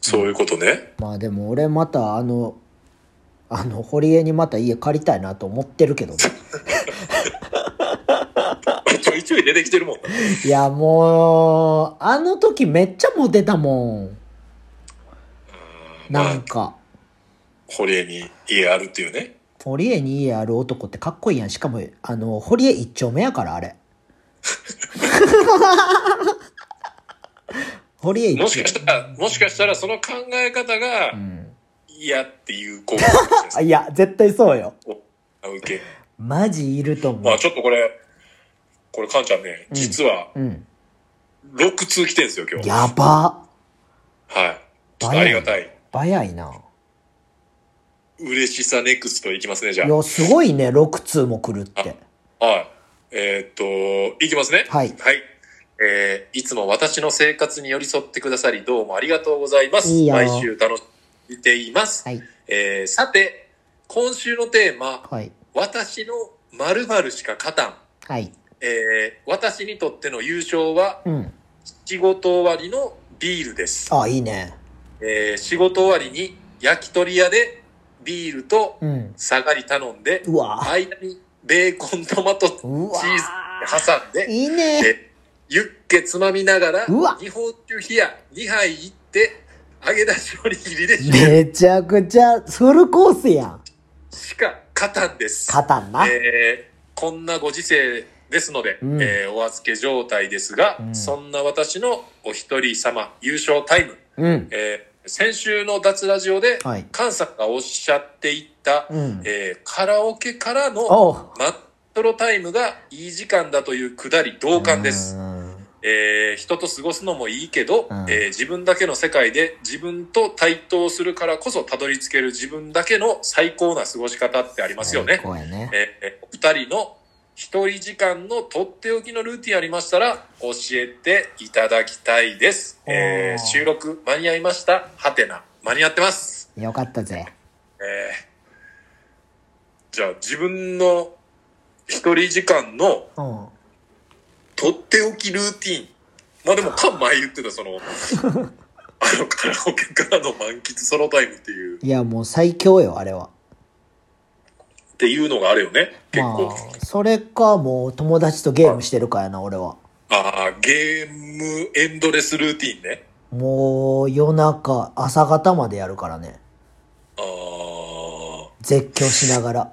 Speaker 2: そういうことね。
Speaker 1: まあでも俺またあの、あの、堀江にまた家借りたいなと思ってる けどね。
Speaker 2: ちょいちょい出てきてるもんな。
Speaker 1: いや、もう、あの時めっちゃモテたもん。な
Speaker 2: まあ
Speaker 1: ん、か、
Speaker 2: 堀江に家あるっていうね。
Speaker 1: 堀江に家ある男ってかっこいいやん。しかも、あの、堀江一丁目やから、あ れ。堀江一丁
Speaker 2: もしかしたら、もしかしたらその考え方が
Speaker 1: うん。
Speaker 2: 嫌っていう子もいるかもしれないです
Speaker 1: あいや、絶対そうよ。
Speaker 2: あ受け。
Speaker 1: マジいると
Speaker 2: ま
Speaker 1: 思う
Speaker 2: あ。ちょっとこれ、これカンちゃんね、
Speaker 1: うん
Speaker 2: 実は
Speaker 1: うん。
Speaker 2: 6通来てんですよ、今日。
Speaker 1: やば。
Speaker 2: はい。ちょっとありがたい。
Speaker 1: 早いな。
Speaker 2: 嬉しさネクストいきますね、じゃ
Speaker 1: いや、すごいね、6通も来るって。
Speaker 2: あ。はい。えーっと、いきますね。
Speaker 1: はい
Speaker 2: はい。えーいつも私の生活に寄り添ってくださり、どうもありがとうございます。
Speaker 1: いいよ
Speaker 2: 毎週楽しんでいます。
Speaker 1: はい。
Speaker 2: えーさて、今週のテーマ、
Speaker 1: はい。
Speaker 2: 私の〇〇しか勝たん。
Speaker 1: はい。
Speaker 2: えー私にとっての優勝は
Speaker 1: うん。
Speaker 2: 仕事終わりのビールです、
Speaker 1: あ、いいね。
Speaker 2: えー仕事終わりに焼き鳥屋でビールと
Speaker 1: うん。
Speaker 2: 下がり頼んで
Speaker 1: うわ。
Speaker 2: 間にベーコントマトチーズ
Speaker 1: うわ。
Speaker 2: 挟んで
Speaker 1: いいね。
Speaker 2: でユッケつまみながら
Speaker 1: うわ
Speaker 2: 日本酒冷や2杯いって揚げ出しおにぎりで
Speaker 1: めちゃくちゃフルコースやん。
Speaker 2: しか勝たんです
Speaker 1: 勝たんな。
Speaker 2: えーこんなご時世ですので、
Speaker 1: うん
Speaker 2: えーお預け状態ですが、
Speaker 1: うん
Speaker 2: そんな私のお一人様優勝タイム、
Speaker 1: うん。
Speaker 2: えー先週の脱ラジオで、
Speaker 1: はい。
Speaker 2: 菅さんがおっしゃっていた、
Speaker 1: うん。
Speaker 2: えーカラオケからの
Speaker 1: おう。
Speaker 2: マットロタイムがいい時間だというくだり同感です、
Speaker 1: うん
Speaker 2: えー人と過ごすのもいいけど、
Speaker 1: うん
Speaker 2: えー自分だけの世界で自分と対等するからこそたどり着ける自分だけの最高な過ごし方ってありますよね
Speaker 1: 最高やね。
Speaker 2: えーえーお二人の一人時間のとっておきのルーティンありましたら教えていただきたいです。えー
Speaker 1: おー
Speaker 2: 収録間に合いましたはてな。間に合ってます。
Speaker 1: よかったぜ。
Speaker 2: えーじゃあ自分の一人時間の
Speaker 1: うん。
Speaker 2: とっておきルーティン。まあでも、かん前言ってた、 その、あの、カラオケからの満喫ソロタイムっていう、っ
Speaker 1: いや、もう最強よ、あれは。
Speaker 2: ていうのがあるよね。結
Speaker 1: ま
Speaker 2: 構。
Speaker 1: あ、それか、もう友達とゲームしてるからな、俺は。
Speaker 2: ああ、ゲームエンドレスルーティンね。
Speaker 1: もう、夜中、朝方までやるからね。
Speaker 2: あー
Speaker 1: 絶叫しながら。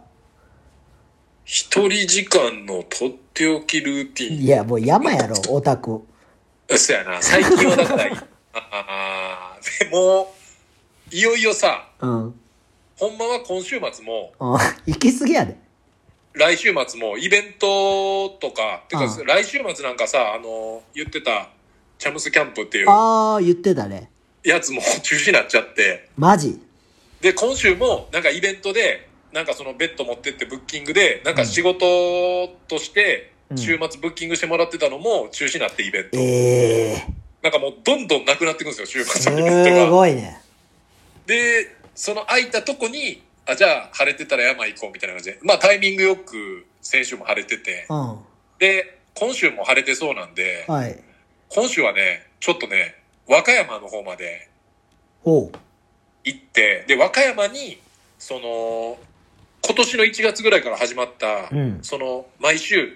Speaker 2: 一人時間のとっておきルーティン。
Speaker 1: いや、もう山 やろ、オタク。
Speaker 2: そうやな。最近はだ から、ああー、でも、いよいよさ、
Speaker 1: うん。 うん。
Speaker 2: ほんまは今週末も、
Speaker 1: 行き過ぎやで。
Speaker 2: 来週末もイベントとか、て
Speaker 1: う
Speaker 2: か
Speaker 1: ん
Speaker 2: 来週末なんかさ、あの、言ってた、チャムスキャンプっていう
Speaker 1: あー、言ってたね。
Speaker 2: やつも中止になっちゃって、
Speaker 1: マジ。
Speaker 2: で、今週もなんかイベントで、なんかそのベッド持ってってブッキングで、なんか仕事として、
Speaker 1: うん
Speaker 2: 週末ブッキングしてもらってたのも中止になってイベント。
Speaker 1: ええ
Speaker 2: なんかもうどんどんなくなっていくんですよ、週
Speaker 1: ー。
Speaker 2: 末
Speaker 1: す
Speaker 2: のイベントが。
Speaker 1: ごいね。
Speaker 2: で、その空いたとこに、あ、じゃあ晴れてたら山行こうみたいな感じで。まあタイミングよく先週も晴れてて、
Speaker 1: うん。
Speaker 2: で、今週も晴れてそうなんで、
Speaker 1: はい。
Speaker 2: 今週はね、ちょっとね、和歌山の方まで
Speaker 1: おう。
Speaker 2: 行って、で、和歌山に、その、今年の1月ぐらいから始まった、
Speaker 1: うん。
Speaker 2: その、毎週、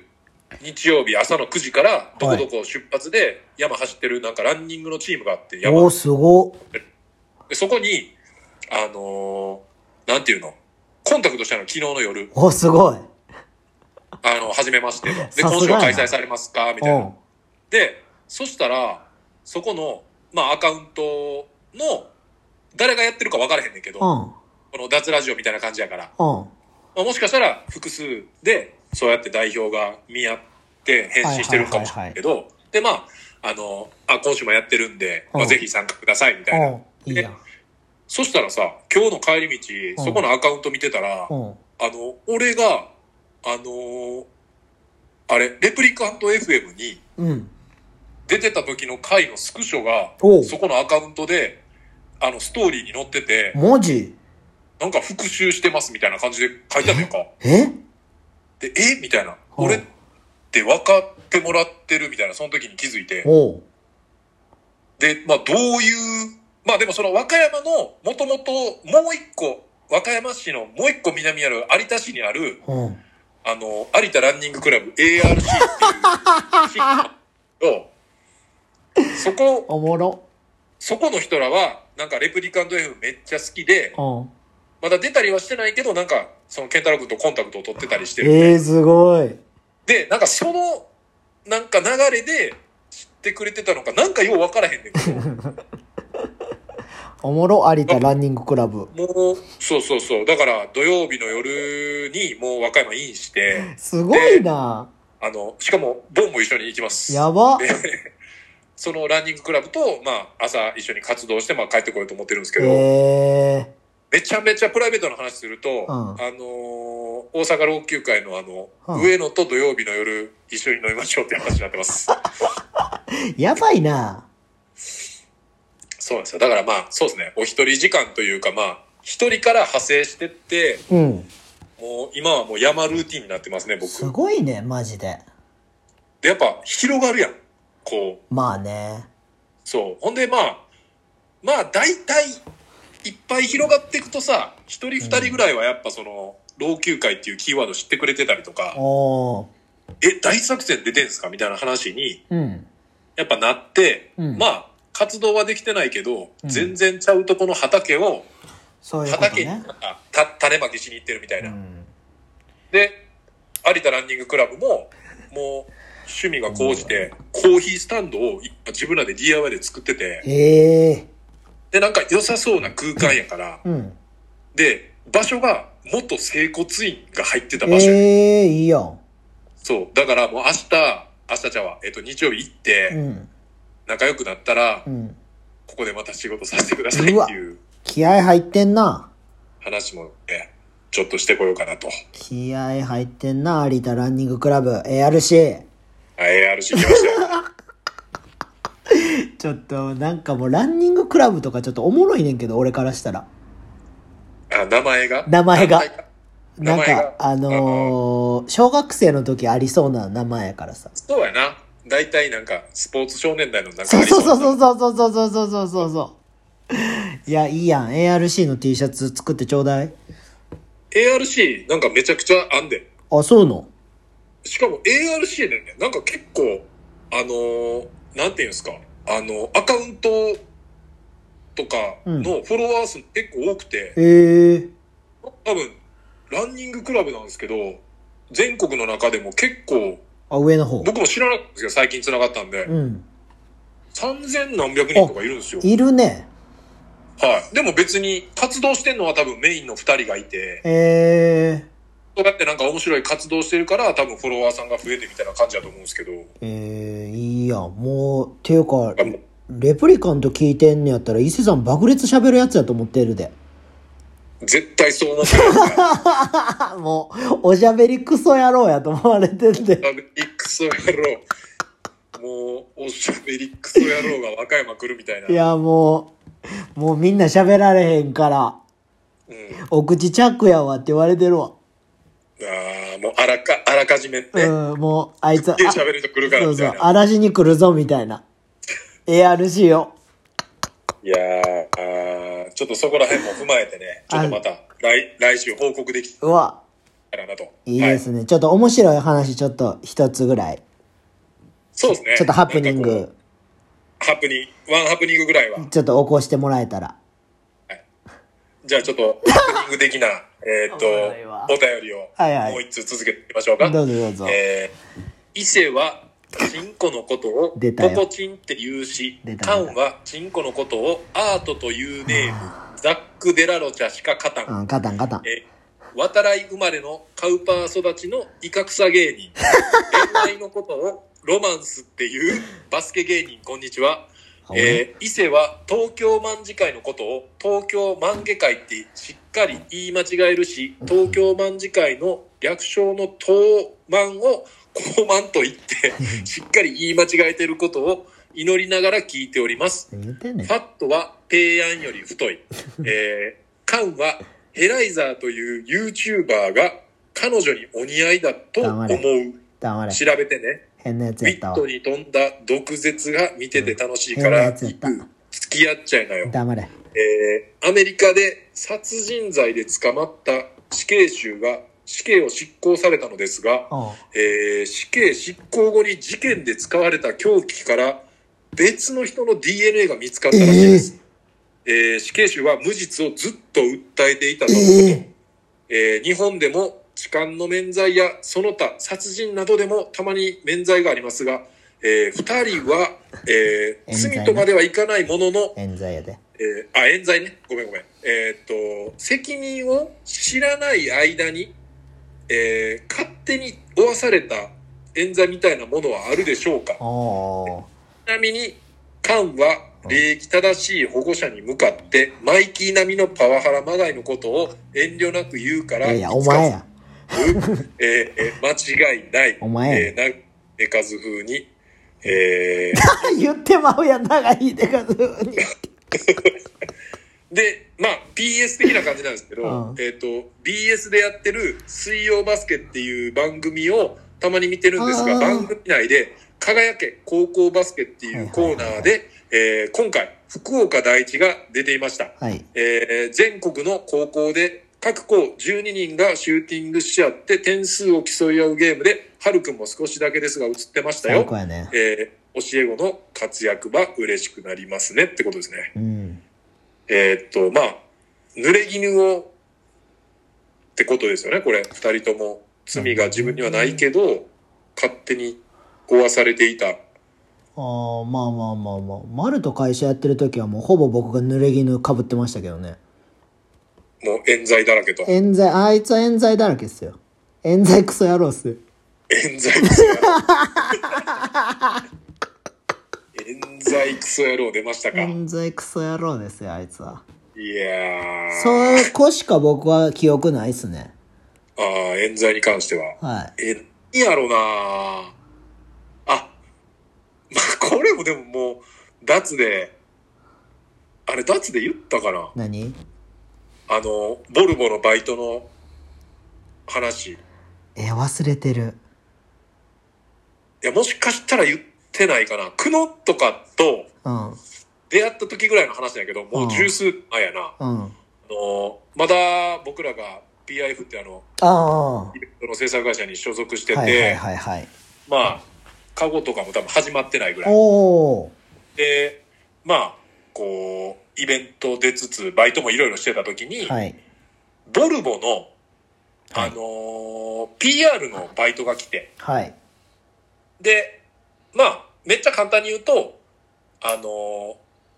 Speaker 2: 日曜日朝の9時から、どこどこを出発で山走ってる、なんかランニングのチームがあって、山
Speaker 1: おー、すごっ。
Speaker 2: でそこに、あのーなんていうの、コンタクトしたの、昨日の夜、
Speaker 1: おー、すごい。
Speaker 2: あの、初めましてと。で、
Speaker 1: さすがやな
Speaker 2: 今週は開催されますかみたいな。
Speaker 1: お
Speaker 2: で、そしたら、そこの、まあ、アカウントの、誰がやってるか分からへんねんけど、
Speaker 1: う
Speaker 2: こ
Speaker 1: ん。
Speaker 2: の脱ラジオみたいな感じやから、
Speaker 1: うん。うん。
Speaker 2: まあもしかしたら複数で、そうやって代表が見合って返信してるかもしれないけど、で、まあ、あの、あ、今週もやってるんで、ま
Speaker 1: う
Speaker 2: あ、
Speaker 1: ん
Speaker 2: ぜひ参加ください、みたいな。
Speaker 1: うん。いいやん。
Speaker 2: そしたらさ、今日の帰り
Speaker 1: う
Speaker 2: 道、
Speaker 1: ん
Speaker 2: そこのアカウント見てたら、
Speaker 1: うん。
Speaker 2: あの、俺が、あのーあれ、レプリカント FM に
Speaker 1: うん。
Speaker 2: 出てた時の回のスクショが、
Speaker 1: おう。
Speaker 2: そこのアカウントで、あの、ストーリーに載ってて、
Speaker 1: 文字
Speaker 2: なんか復習してますみたいな感じで書いてあるや んか。
Speaker 1: え
Speaker 2: で、えみたいな。
Speaker 1: うん
Speaker 2: 俺って分かってもらってるみたいな、その時に気づいて。
Speaker 1: おう。
Speaker 2: で、まあ、どういう、まあでもその和歌山の、もともともう一個、和歌山市のもう一個南にある有田市にある、
Speaker 1: うん。
Speaker 2: あの、有田ランニングクラブ ARC っていうチー ムを、そこ、
Speaker 1: おもろ。
Speaker 2: そこの人らは、なんかレプリカント F めっちゃ好きで、
Speaker 1: うん。
Speaker 2: まだ出たりはしてないけど、なんか、そのケンタロウ君とコンタクトを取ってたりしてるんで、
Speaker 1: えー、すごい。
Speaker 2: で、なんかその、なんか流れで知ってくれてたのか、なんかようわからへんねん け
Speaker 1: おもろ、有田ランニングクラブ。
Speaker 2: ど、もう、そうそうそう、だから土曜日の夜にもう和歌山インして、
Speaker 1: すごいな。
Speaker 2: あの、しかも、ボンも一緒に行きます。
Speaker 1: やば。
Speaker 2: でそのランニングクラブと、まあ、朝一緒に活動して、まあ、帰ってこようと思ってるんですけど、
Speaker 1: え
Speaker 2: めちゃめちゃプライベートの話すると、
Speaker 1: ん
Speaker 2: あのー大阪老朽会のあの、
Speaker 1: うん
Speaker 2: 上野と土曜日の夜、一緒に飲みましょうって話になってます。
Speaker 1: ー、やばいな。
Speaker 2: そうなんですよ。だからまあ、そうですね。お一人時間というか、まあ、一人から派生してって、
Speaker 1: うん。
Speaker 2: もう今はもう山ルーティンになってますね、僕。
Speaker 1: すごいね、マジで。
Speaker 2: で、やっぱ広がるやん。こう、
Speaker 1: まあね。
Speaker 2: そう。ほんでまあ、まあ大体、いっぱい広がっていくとさ、一人二人ぐらいはやっぱその、老朽化っていうキーワード知ってくれてたりとか、
Speaker 1: おー。
Speaker 2: え、大作戦出てんすかみたいな話に、
Speaker 1: うん。
Speaker 2: やっぱなって、
Speaker 1: うん
Speaker 2: まあ、活動はできてないけど、
Speaker 1: うん
Speaker 2: 全然ちゃうとこの畑を、
Speaker 1: そういうこと
Speaker 2: 畑に
Speaker 1: ね。
Speaker 2: あた種まきしに行ってるみたいうな。
Speaker 1: ん。
Speaker 2: で、有田ランニングクラブも、もう、趣味が高じて、コーヒースタンドを自分らで DIY で作ってて、
Speaker 1: ええ
Speaker 2: で、なんか良さそうな空間やから、
Speaker 1: ー。うん。
Speaker 2: で、場所が元整骨院が入ってた場所や、
Speaker 1: ええー、いいやん。
Speaker 2: そう。だからもう明日、明日ちゃうわ、えっと、日曜日行っ
Speaker 1: う
Speaker 2: て、
Speaker 1: ん。
Speaker 2: 仲良くなったら
Speaker 1: う、ん。
Speaker 2: ここでまた仕事させてくださいっていう
Speaker 1: 気合入ってんな。
Speaker 2: 話もね、ちょっとしてこようかなと。
Speaker 1: 気合入ってんな、有田ランニングクラブ。ARC。
Speaker 2: あ ARC 来ましたよ。
Speaker 1: ちょっと、なんかもうランニングクラブとかちょっとおもろいねんけど、俺からしたら。
Speaker 2: あ、名前が
Speaker 1: 名前が。な
Speaker 2: 名
Speaker 1: ん
Speaker 2: 前が
Speaker 1: か、あのー、小学生の時ありそうな名前やからさ。
Speaker 2: そうやな。大体なんか、スポーツ少年代の中
Speaker 1: そうそうそう
Speaker 2: う。
Speaker 1: そうそうそうそうそうそうそうそう。いや、いいやん。ARC の T シャツ作ってちょうだい。
Speaker 2: ARC、なんかめちゃくちゃあんで。
Speaker 1: あ、そうの
Speaker 2: しかも ARC でね、なんか結構、あのーなんていうんですか、あの、アカウントとかのフォロワー数結構多くて、
Speaker 1: ええー。
Speaker 2: 多分、ランニングクラブなんですけど、全国の中でも結構、
Speaker 1: あ、上の方。
Speaker 2: 僕も知らなかったんですけど、最近繋がったんで、
Speaker 1: うん。
Speaker 2: 3000何百人とかいるんですよ。
Speaker 1: いるね。
Speaker 2: はい。でも別に、活動してんのは多分メインの2人がいて、
Speaker 1: え
Speaker 2: そうやってなんか面白い活動してるから、多分フォロワーさんが増えてみたいな感じだと思うんですけど。
Speaker 1: ー、えー、いいやん。もう、ていうか、
Speaker 2: あもう
Speaker 1: レプリカント聞いてんねやったら、伊勢さん爆裂喋るやつやと思ってるで。
Speaker 2: 絶対そう思って る。
Speaker 1: もう、おしゃべりクソ野郎やと思われてん で。
Speaker 2: おしゃべりクソ野郎。もう、おしゃべりクソ野郎が和歌山来るみたいな。
Speaker 1: いや、もう、もうみんな喋られへんから、
Speaker 2: うん。
Speaker 1: お口チャックやわって言われてるわ。
Speaker 2: あーもうあらか、あらかじめね。 で、
Speaker 1: うん、もう、あいつ、あ
Speaker 2: 喋る人来るから
Speaker 1: そう
Speaker 2: み
Speaker 1: そ
Speaker 2: たいうな。、
Speaker 1: 嵐に来るぞ、みたい な。ARC よ。
Speaker 2: いやーあー、ちょっとそこら辺も踏まえてね、ちょっとまた来、来週報告でき
Speaker 1: うわ、
Speaker 2: たらなと。
Speaker 1: いいです
Speaker 2: はい、
Speaker 1: ね。ちょっと面白い話、ちょっと一つぐらい。
Speaker 2: そうですね。
Speaker 1: ちょっとハプニン
Speaker 2: なんかこ
Speaker 1: グ、
Speaker 2: う。ハプニング、ワンハプニングぐらいは。
Speaker 1: ちょっと起こしてもらえたら。
Speaker 2: じゃあちょっと、ハプニング 的な、えーっと、
Speaker 1: おもろいわ
Speaker 2: お便りを
Speaker 1: はいはい
Speaker 2: もう一通続けていきましょうか。
Speaker 1: どうぞどうぞ。
Speaker 2: えー、伊勢は、チンコのことを、
Speaker 1: 出たよ
Speaker 2: ポポチンって言うし
Speaker 1: 出、た
Speaker 2: カンは、チンコのことを、アートというネーム、ザック・デラロチャしか勝たん。
Speaker 1: うん、ガタンガタン。
Speaker 2: えー、渡来生まれのカウパー育ちの威嚇さ芸 人。恋愛のことを、ロマンスっていうバスケ芸人、こんにちは。えー伊勢は東京卍会のことを東京卍会ってしっかり言い間違えるし東京卍会の略称の東卍を高慢と言ってしっかり言い間違えてることを祈りながら聞いております
Speaker 1: 俺言うてんねん
Speaker 2: ファットは平安より太い。えー、カンはヘライザーという YouTuber が彼女にお似合いだと
Speaker 1: 黙
Speaker 2: 思う。
Speaker 1: れ黙れ。
Speaker 2: 調べてね。
Speaker 1: 変なやつ
Speaker 2: ウ
Speaker 1: や
Speaker 2: ィ
Speaker 1: った
Speaker 2: ッ
Speaker 1: わ
Speaker 2: ト。に飛んだ毒舌が見てて楽しい
Speaker 1: 変
Speaker 2: か
Speaker 1: な
Speaker 2: ら、
Speaker 1: やつや
Speaker 2: 付
Speaker 1: った。
Speaker 2: き合っちゃいなよ。
Speaker 1: 黙れ。
Speaker 2: えーアメリカで殺人罪で捕まった死刑囚が死刑を執行されたのですが、
Speaker 1: おう
Speaker 2: えー死刑執行後に事件で使われた凶器から別の人の DNA が見つかったらしいです。えー死刑囚は無実をずっと訴えていたと、
Speaker 1: ええ
Speaker 2: えー日本でも痴漢の免罪やその他殺人などでもたまに免罪がありますが、え2人は、えー
Speaker 1: 冤罪ね
Speaker 2: 罪とまではいかないものの
Speaker 1: 冤罪やで。
Speaker 2: えーあ、冤罪ね。ごめんごめん。えーっと、責任を知らない間に、えー勝手に負わされた冤罪みたいなものはあるでしょうか
Speaker 1: おお
Speaker 2: ちなみに、カンは礼儀正しい保護者に向かって、マイキー並みのパワハラまがいのことを遠慮なく言うか
Speaker 1: ー。い
Speaker 2: ら、
Speaker 1: やいや、お前や。
Speaker 2: いつかず、えーえー間違いない。
Speaker 1: お前
Speaker 2: えー、な、えかず風に、えー
Speaker 1: 言ってまうやん、長いでかず に。
Speaker 2: で、まあ、PS 的な感じなんですけど、
Speaker 1: うん
Speaker 2: えっ、と、BS でやってる水曜バスケっていう番組をたまに見てるんです
Speaker 1: あ
Speaker 2: が、
Speaker 1: ー
Speaker 2: 番組内で、輝け高校バスケっていうコーナーで、えー今回、福岡第一が出ていました。
Speaker 1: はい。
Speaker 2: えー全国の高校で各校12人がシューティングし合って点数を競い合うゲームで、はるくんも少しだけですが映ってました
Speaker 1: 最
Speaker 2: よ
Speaker 1: 高。やね。
Speaker 2: えー教え子の活躍は嬉しくなりますねってことですね。
Speaker 1: うん。
Speaker 2: えーっと、まあ、濡れ衣を、ってことですよね、これ。二人とも。罪が自分にはないけど、勝手に壊されていた。
Speaker 1: ああ、まあまあまあまあ。マルと会社やってる時はもうほぼ僕が濡れ衣被ってましたけどね。
Speaker 2: もう冤罪だらけと。
Speaker 1: 冤罪、あいつは冤罪だらけっすよ。冤罪クソ野郎っすよ。
Speaker 2: 冤罪クソ野郎。冤罪クソ野郎出ましたか。い
Speaker 1: 冤罪クソ野郎ですよ、あいつは。
Speaker 2: やー。
Speaker 1: そこしか僕は記憶ないっすね。
Speaker 2: あー冤罪に関しては。
Speaker 1: はい。
Speaker 2: え、いいやろうなあ、まあ、これもでももう、脱で、あれ脱で言ったかな
Speaker 1: 何
Speaker 2: あの、ボルボのバイトの話。い
Speaker 1: え、忘れてる。
Speaker 2: や、もしかしたら言ってないかな。久野とかと
Speaker 1: うん。
Speaker 2: 出会った時ぐらいの話だけど、もう十数前やな。あ
Speaker 1: うん。あ
Speaker 2: の、まだ僕らが PIF ってあの、
Speaker 1: あ
Speaker 2: イ。ベントの制作会社に所属してて、
Speaker 1: はいはいはいはい。
Speaker 2: まあ、カゴとかも多分始まってないぐらい。
Speaker 1: おお。
Speaker 2: で、まあ、こう、イベント出つつ、バイトもいろいろしてた時に、
Speaker 1: はい。
Speaker 2: ボルボの、
Speaker 1: は
Speaker 2: あ
Speaker 1: い
Speaker 2: のー PR のバイトが来て、
Speaker 1: はい。
Speaker 2: で、まあ、めっちゃ簡単に言うと、あのー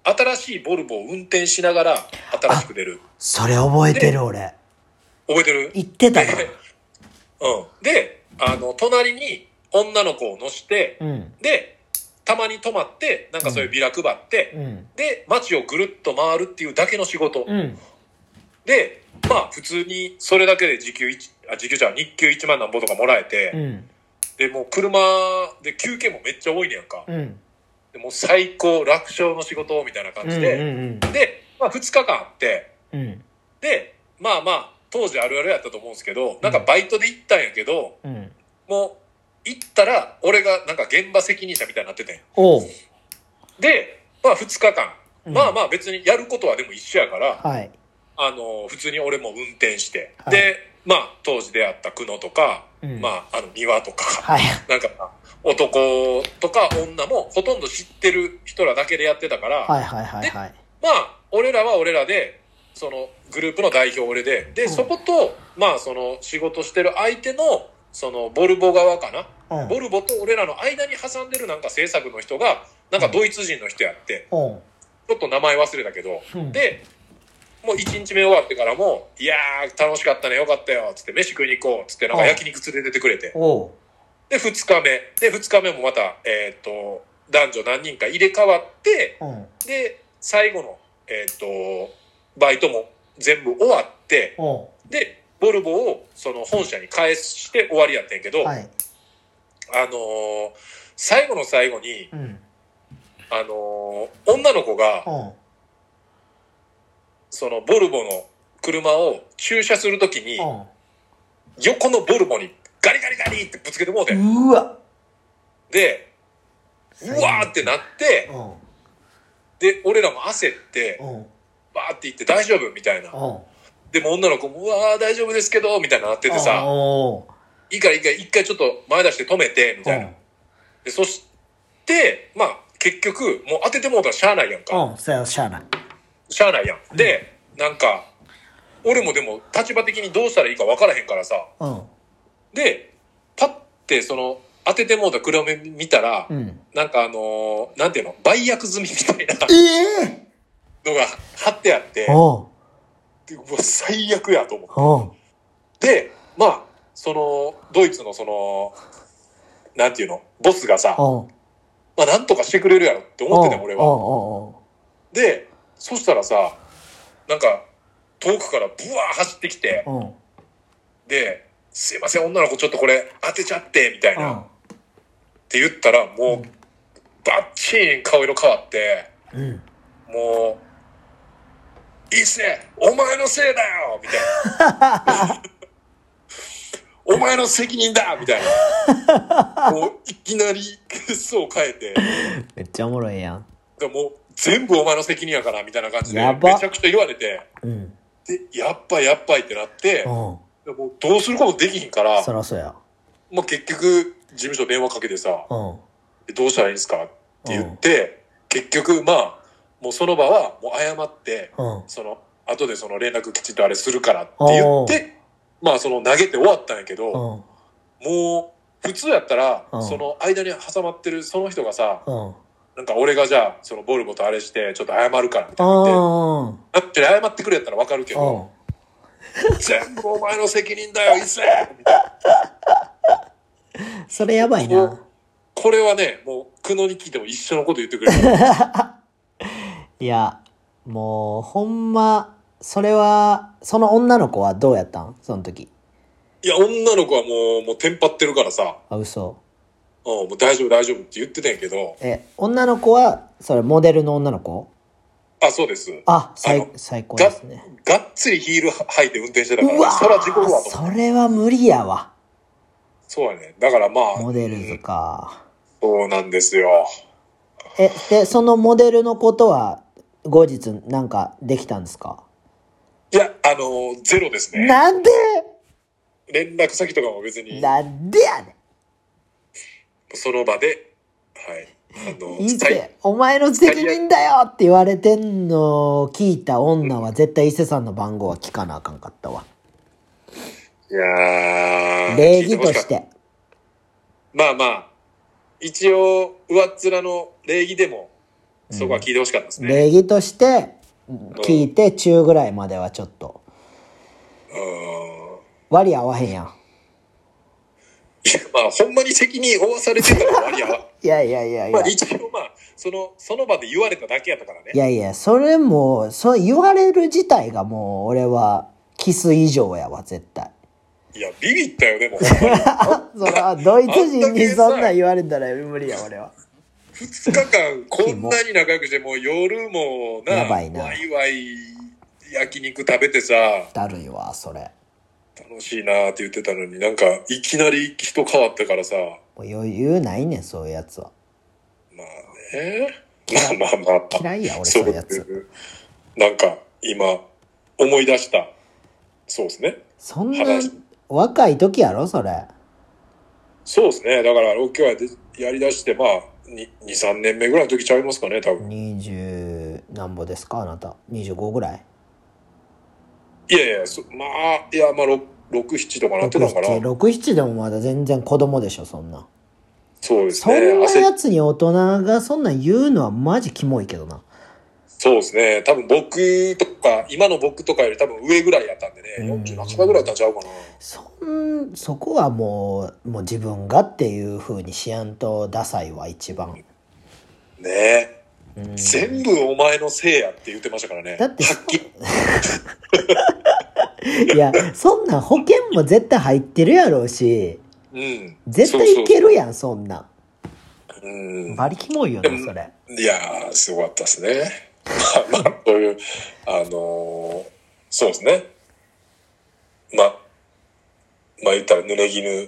Speaker 2: 新しいボルボを運転しながら新しく出る。
Speaker 1: それ覚えてる俺。
Speaker 2: 覚えてる
Speaker 1: 言って たな。
Speaker 2: でうん。で、あの、隣に女の子を乗して、
Speaker 1: うん。
Speaker 2: で、たまに泊まって、なんかそういうビラ配って、
Speaker 1: うん。
Speaker 2: で、街をぐるっと回るっていうだけの仕事。
Speaker 1: うん。
Speaker 2: で、まあ、普通にそれだけで時給一あ、時給じゃん、日給1万なんぼとかもらえて、
Speaker 1: うん。
Speaker 2: で、もう車で休憩もめっちゃ多いねやんか。
Speaker 1: うん。
Speaker 2: でもう最高、楽勝の仕事みたいな感
Speaker 1: うん。
Speaker 2: じで、
Speaker 1: うん。
Speaker 2: で、まあ、2日間あって、
Speaker 1: うん。
Speaker 2: で、まあまあ、当時あるあるやったと思うんですけど、なんかバイトで行ったんやけど、
Speaker 1: うん。
Speaker 2: もう行ったら、俺がなんか現場責任者みたいになっててん。
Speaker 1: おう。
Speaker 2: で、まあ2日間、
Speaker 1: うん
Speaker 2: まあまあ別にやることはでも一緒やから、
Speaker 1: はい。
Speaker 2: あの、普通に俺も運転して、
Speaker 1: はい
Speaker 2: で、まあ当時出会った久野とか、
Speaker 1: うん
Speaker 2: まああの庭とか、
Speaker 1: はい。
Speaker 2: なんか男とか女もほとんど知ってる人らだけでやってたから、
Speaker 1: はいはいはいはい。
Speaker 2: まあ、俺らは俺らで、そのグループの代表俺で、で、
Speaker 1: うん
Speaker 2: そこと、まあ、その仕事してる相手の、そのボルボ側かな。
Speaker 1: うん。
Speaker 2: ボルボと俺らの間に挟んでるなんか制作の人が、なんかドイツ人の人やって、
Speaker 1: おう。
Speaker 2: ちょっと名前忘れたけど、
Speaker 1: うん、
Speaker 2: で、もう1日目終わってからも、いやー、楽しかったね、よかったよ、つって、飯食いに行こう、つって、なんか焼肉連れてってくれて。
Speaker 1: おう。
Speaker 2: で、2日目。で、2日目もまた、えーっと、男女何人か入れ替わって、
Speaker 1: うん。
Speaker 2: で最後の、えー、とバイトも全部終わって
Speaker 1: お
Speaker 2: でボルボをその本社に返して終わりやってんけど、
Speaker 1: う。はい。
Speaker 2: あのー最後の最後に、
Speaker 1: うん。
Speaker 2: あのー女の子が
Speaker 1: おう。
Speaker 2: そのボルボの車を駐車するときに
Speaker 1: おう。
Speaker 2: 横のボルボにガリガリガリってぶつけてもうてん
Speaker 1: うわ。
Speaker 2: でうわーってなって
Speaker 1: おう。
Speaker 2: で俺らも焦って
Speaker 1: おう。
Speaker 2: バーって言って「大丈夫?」みたいな
Speaker 1: おう。
Speaker 2: でも女の子も「うわー大丈夫ですけど」みたいになっててさ
Speaker 1: おう。
Speaker 2: いいからいいから一回ちょっと前出して止めて、み
Speaker 1: う
Speaker 2: たいな。
Speaker 1: ん。
Speaker 2: で、そして、まあ、結局、もう当ててもうたらしゃあないやんか。
Speaker 1: うん。そや、しゃあない。
Speaker 2: しゃあないやん。で、なんか、俺もでも立場的にどうしたらいいか分からへんからさ。
Speaker 1: うん。
Speaker 2: で、パッてその、当ててもうた黒目見たら、
Speaker 1: うん。
Speaker 2: なんかあのーなんていうの、売約済みみたいな
Speaker 1: ええ
Speaker 2: のが貼ってあって、
Speaker 1: おう。
Speaker 2: でうわ、最悪やと思って
Speaker 1: おう。
Speaker 2: で、まあ、その、ドイツのその、なんていうの、ボスがさ、
Speaker 1: おう。
Speaker 2: まあ、なんとかしてくれるやろって思ってたよ俺は。
Speaker 1: おう。
Speaker 2: で、そしたらさ、なんか、遠くからブワー走ってきて、
Speaker 1: おう。
Speaker 2: で、すいません、女の子ちょっとこれ当てちゃって、みたいな、って言ったら、もう、バッチーン顔色変わって、
Speaker 1: うん。うん。
Speaker 2: もう、いいっすね、お前のせいだよみたいな。 お前の責任だみたいな。もう、いきなり、血相を変えて、
Speaker 1: めっちゃおもろいやん。
Speaker 2: でもう全部お前の責任やからみたいな感じで
Speaker 1: や
Speaker 2: め
Speaker 1: ば
Speaker 2: ちゃくちゃ言われて
Speaker 1: うん。
Speaker 2: でやっぱやっぱいってなって
Speaker 1: うん。
Speaker 2: でもうどうすることもできひんから、
Speaker 1: そらそうや。
Speaker 2: まあ、結局事務所電話かけてさ
Speaker 1: うん。
Speaker 2: 「どうしたらいいんですか?」って言って結局まあもうその場はもう謝って
Speaker 1: うん。
Speaker 2: その後でその連絡きちんとあれするからって言ってまあその投げて終わったんやけ
Speaker 1: う
Speaker 2: ど
Speaker 1: ん。
Speaker 2: もう普通やったら
Speaker 1: うん
Speaker 2: その間に挟まってるその人がさ
Speaker 1: うん。
Speaker 2: なんか俺がじゃあそのボルボとあれしてちょっと謝るからみたいなって。
Speaker 1: うん。
Speaker 2: だって謝ってくれやったらわかるけど、
Speaker 1: うん。
Speaker 2: 全部お前の責任だよ、一斉みたい
Speaker 1: それやばい
Speaker 2: な。もう
Speaker 1: な。
Speaker 2: これはね、もう、久野に聞いても一緒のこと言ってく れる。
Speaker 1: いや、もう、ほんま、それは、その女の子はどうやったんその時。
Speaker 2: いや、女の子はもう、もうテンパってるからさ、
Speaker 1: あ、嘘。
Speaker 2: うん、もう大丈夫大丈夫って言ってたんやけど、
Speaker 1: え、女の子は、それ、モデルの女の子
Speaker 2: あ、そうです。
Speaker 1: あ、
Speaker 2: あ
Speaker 1: 最
Speaker 2: の、
Speaker 1: 最高
Speaker 2: が
Speaker 1: ですね。
Speaker 2: がっつりヒール履いて運転してたか
Speaker 1: うわ
Speaker 2: ら、そら事故るわ
Speaker 1: ー
Speaker 2: と思
Speaker 1: そ
Speaker 2: って。
Speaker 1: れは無理やわ。
Speaker 2: そうやね。だからまあ、
Speaker 1: モデルズか。
Speaker 2: そうなんですよ。
Speaker 1: え、で、そのモデルのことは、後日、なんか、できたんですか
Speaker 2: いや、あのーゼロですね。
Speaker 1: なんで
Speaker 2: 連絡先とかも別に、
Speaker 1: なんでやね
Speaker 2: その場で、はい。あの
Speaker 1: んいいっ
Speaker 2: 最
Speaker 1: て、お前の責任だよって言われてんのを聞いた女は絶対伊勢さんの番号は聞かなあかんかったわ。
Speaker 2: いやー
Speaker 1: 礼儀とし。
Speaker 2: 聞いほかった
Speaker 1: て。
Speaker 2: まあまあ、一応、上っ面の礼儀でも、そこは聞いてほしかったですね。
Speaker 1: 礼儀として、聞いて中ぐらいまではちょっと。
Speaker 2: うん。
Speaker 1: 割り合わへんやん。
Speaker 2: いやまあ、ほんまに責任負わされてたら割り合わ。
Speaker 1: いやいやいやい
Speaker 2: ま
Speaker 1: や
Speaker 2: あ、。一応まあ、その、その場で言われただけやったからね。
Speaker 1: いやいや、それもう、そう言われる自体がもう、俺は、キス以上やわ、絶 対。
Speaker 2: いや、ビビったよ、でも、ほんまに。
Speaker 1: そら、ドイツ人にそんなん言われたら無理や、俺は。
Speaker 2: 2日間、こんなに仲良くして、もう夜もな、
Speaker 1: やばいな
Speaker 2: ワイワイ焼肉食べてさ、
Speaker 1: だるいわ、それ。
Speaker 2: 楽しいなって言ってたのに、なんか、いきなり人変わったからさ、
Speaker 1: もう余裕ないねん、そういうやつは。
Speaker 2: まあね、 まあまあまあ、
Speaker 1: 嫌いや、俺、そ
Speaker 2: そ
Speaker 1: う
Speaker 2: う
Speaker 1: いう
Speaker 2: い
Speaker 1: やつ。
Speaker 2: う、なんか、今、思い出した、そうですね。
Speaker 1: そんな
Speaker 2: 話、
Speaker 1: 若い時やろ、それ。
Speaker 2: そうですね。だから、ロケはでやりだして、まあ、2、3年目ぐらいの時ちゃいますかね、多分。
Speaker 1: 20何ぼですか、あなた。25ぐらい
Speaker 2: いやいや、そまあ、いや、まあ、6、6 7とかなってたのかな。
Speaker 1: ?67、67でもまだ全然子供でしょ、そんな。
Speaker 2: そうです
Speaker 1: そんな
Speaker 2: ね。焦
Speaker 1: やつに大人がそんなん言うのはマジキモいけどな。
Speaker 2: そうですね。多分僕とか、今の僕とかより多分上ぐらいやったんでね、
Speaker 1: うん
Speaker 2: 40半ばぐらいだったんちゃうかな。
Speaker 1: そん、そこはもう、もう自分がっていう風にしやんとダサいは一番。
Speaker 2: ねえ。
Speaker 1: うん
Speaker 2: 全部お前のせいやって言ってましたからね。
Speaker 1: だって
Speaker 2: はっきり。
Speaker 1: いや、そんなん保険も絶対入ってるやろうし、
Speaker 2: うん。
Speaker 1: 絶対いけるやん、そんなん。
Speaker 2: そうそう。うん。
Speaker 1: バリキモいよ
Speaker 2: で
Speaker 1: な、
Speaker 2: も
Speaker 1: それ。
Speaker 2: いやー、すごかったですね。 まあ、まあ、そういう、あのーそうですね。まあ、まあ言ったら濡れ衣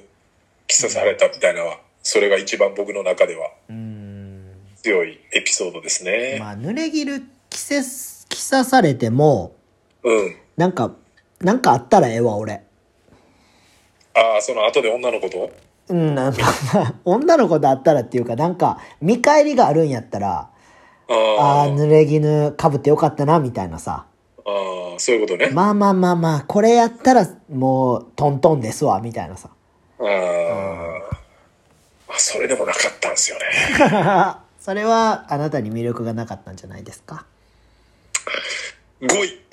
Speaker 2: 着さされたみたいなのは、それが一番僕の中では
Speaker 1: うん。
Speaker 2: 強いエピソードですね。
Speaker 1: まあ、濡れ着る着せ、着さされても、
Speaker 2: うん。
Speaker 1: なんか、なんかあったらええわ、俺。
Speaker 2: ああ、その後で女の子と
Speaker 1: うん、なんか、 女の子とあったらっていうか、なんか、見返りがあるんやったら、あ
Speaker 2: あ
Speaker 1: あ、
Speaker 2: ー
Speaker 1: 濡れ衣かぶってよかったな、みたいなさ。
Speaker 2: あー、そういうことね。
Speaker 1: まあまあまあまあ、これやったら、もう、トントンですわ、みたいなさ。
Speaker 2: あーあ、それでもなかったんですよね。
Speaker 1: それは、あなたに魅力がなかったんじゃないです か。
Speaker 2: 5位。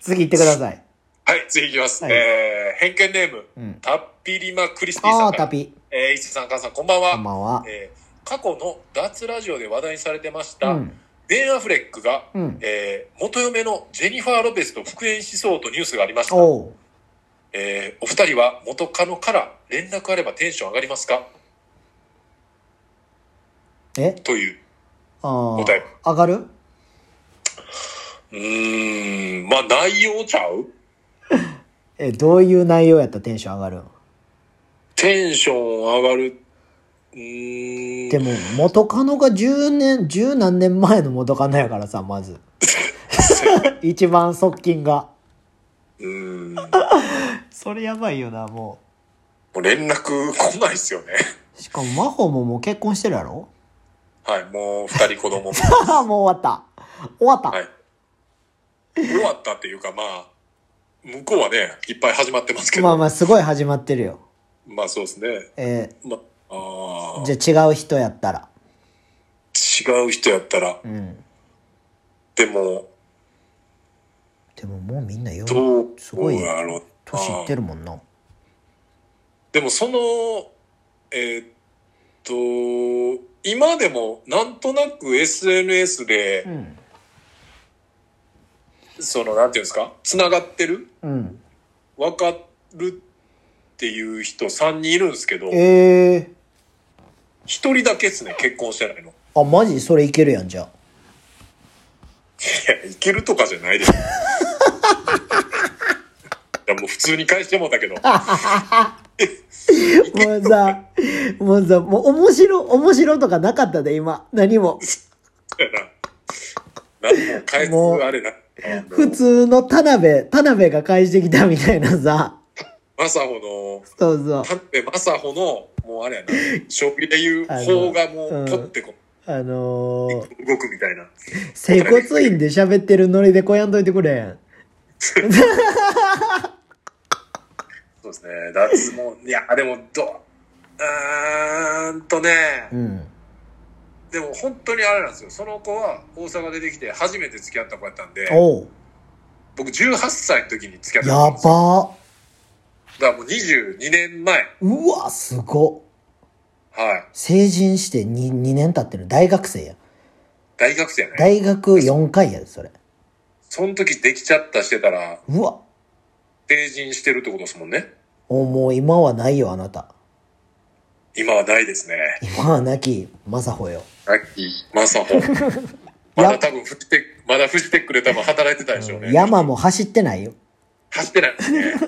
Speaker 1: 次行ってください。
Speaker 2: はい、次いきます。
Speaker 1: はい
Speaker 2: えー、偏見ネーム、
Speaker 1: うん。
Speaker 2: タッピリマ・クリスティ
Speaker 1: あ
Speaker 2: さ
Speaker 1: あ、
Speaker 2: んから。
Speaker 1: 旅。
Speaker 2: えー、伊勢さん、母さん、こんばんは。
Speaker 1: こんばんは。
Speaker 2: えー過去の脱ラジオで話題にされてまし
Speaker 1: う
Speaker 2: た、
Speaker 1: ん。
Speaker 2: ベン・アフレックが、
Speaker 1: うん。
Speaker 2: えー元嫁のジェニファー・ロペスと復縁しそうとニュースがありました、
Speaker 1: おう。
Speaker 2: えーお二人は元カノから連絡あればテンション上がりますか
Speaker 1: え
Speaker 2: という
Speaker 1: あ
Speaker 2: 答え
Speaker 1: あ。上がる
Speaker 2: うーんまあ内容ちゃう
Speaker 1: え、どういう内容やったらテンション上がるん
Speaker 2: テンション上がるうーん
Speaker 1: でも、元カノが10年、十何年前の元カノやからさ、ま ず。一番側近が。
Speaker 2: うーんも
Speaker 1: それやばいよな、も
Speaker 2: う連絡来ないですよね
Speaker 1: う。しかも、真帆 ももう結婚してるやろ
Speaker 2: はいもう二人子供も
Speaker 1: もう終わった。終わった。
Speaker 2: はい終わったっていうかまあ向こうはねいっぱい始まってますけど
Speaker 1: まあまあ、すごい始まってるよ。
Speaker 2: まあそうですね。
Speaker 1: え
Speaker 2: まあ
Speaker 1: ー
Speaker 2: あ
Speaker 1: じゃあ違う人やったら。
Speaker 2: ー、違う人やったら、
Speaker 1: うん。
Speaker 2: でも、
Speaker 1: でももうみんなよ、
Speaker 2: どう、
Speaker 1: すごい
Speaker 2: どうやろう
Speaker 1: 年いってるもんな。
Speaker 2: でもその、えーっと、今でもなんとなく SNS
Speaker 1: う
Speaker 2: で、
Speaker 1: ん。
Speaker 2: その、なんていうんですか、繋がってる
Speaker 1: うん。
Speaker 2: わかるっていう人3人いるんですけど、1
Speaker 1: ええ
Speaker 2: 人だけですね、結婚してないの。
Speaker 1: ー。
Speaker 2: い
Speaker 1: あ、マジそれいけるやん、じゃあ。
Speaker 2: や、いけるとかじゃないです。いや、もう普通に返してもうたけど。
Speaker 1: もうさ、もうさ、もう面白、面白とかなかったで、今。何も。
Speaker 2: やな。なんも返すあれな。
Speaker 1: 普通の田辺、田辺が返してきたみたいなさ。
Speaker 2: マサホ
Speaker 1: そうそう
Speaker 2: の、。たってマサホの、もうあれやな。将棋で言う方がも
Speaker 1: あのう
Speaker 2: う、
Speaker 1: ん
Speaker 2: ポってこ
Speaker 1: あのー、
Speaker 2: う、動くみたいな。
Speaker 1: 整骨院で喋ってるノリでこやんといてくれ。
Speaker 2: そうですね。脱もいや、でも、どう、うーんとね
Speaker 1: う、ん。
Speaker 2: でも本当にあれなんですよ。その子は大阪出てきて初めて付き合った子やったんで、
Speaker 1: おう。
Speaker 2: 僕18歳の時に付き合った
Speaker 1: や
Speaker 2: 子なんですよ
Speaker 1: ば
Speaker 2: だからもう22年前。
Speaker 1: うわ、すごっ。
Speaker 2: はい。
Speaker 1: 成人して 2, 2年経ってる。大学生や。
Speaker 2: 大学生やね。
Speaker 1: 大学4回やで、それ。
Speaker 2: その時できちゃったしてたら、
Speaker 1: うわ。
Speaker 2: 成人してるってことですもんね。
Speaker 1: おもう今はないよ、あなた。
Speaker 2: 今はないですね。
Speaker 1: 今は亡き、まさほよ。
Speaker 2: ラッキー。マサホ。まだ多分フジテック、まだフジテックで多分働いてたでしょうね。
Speaker 1: 山も走ってないよ。
Speaker 2: 走ってないですね。もう、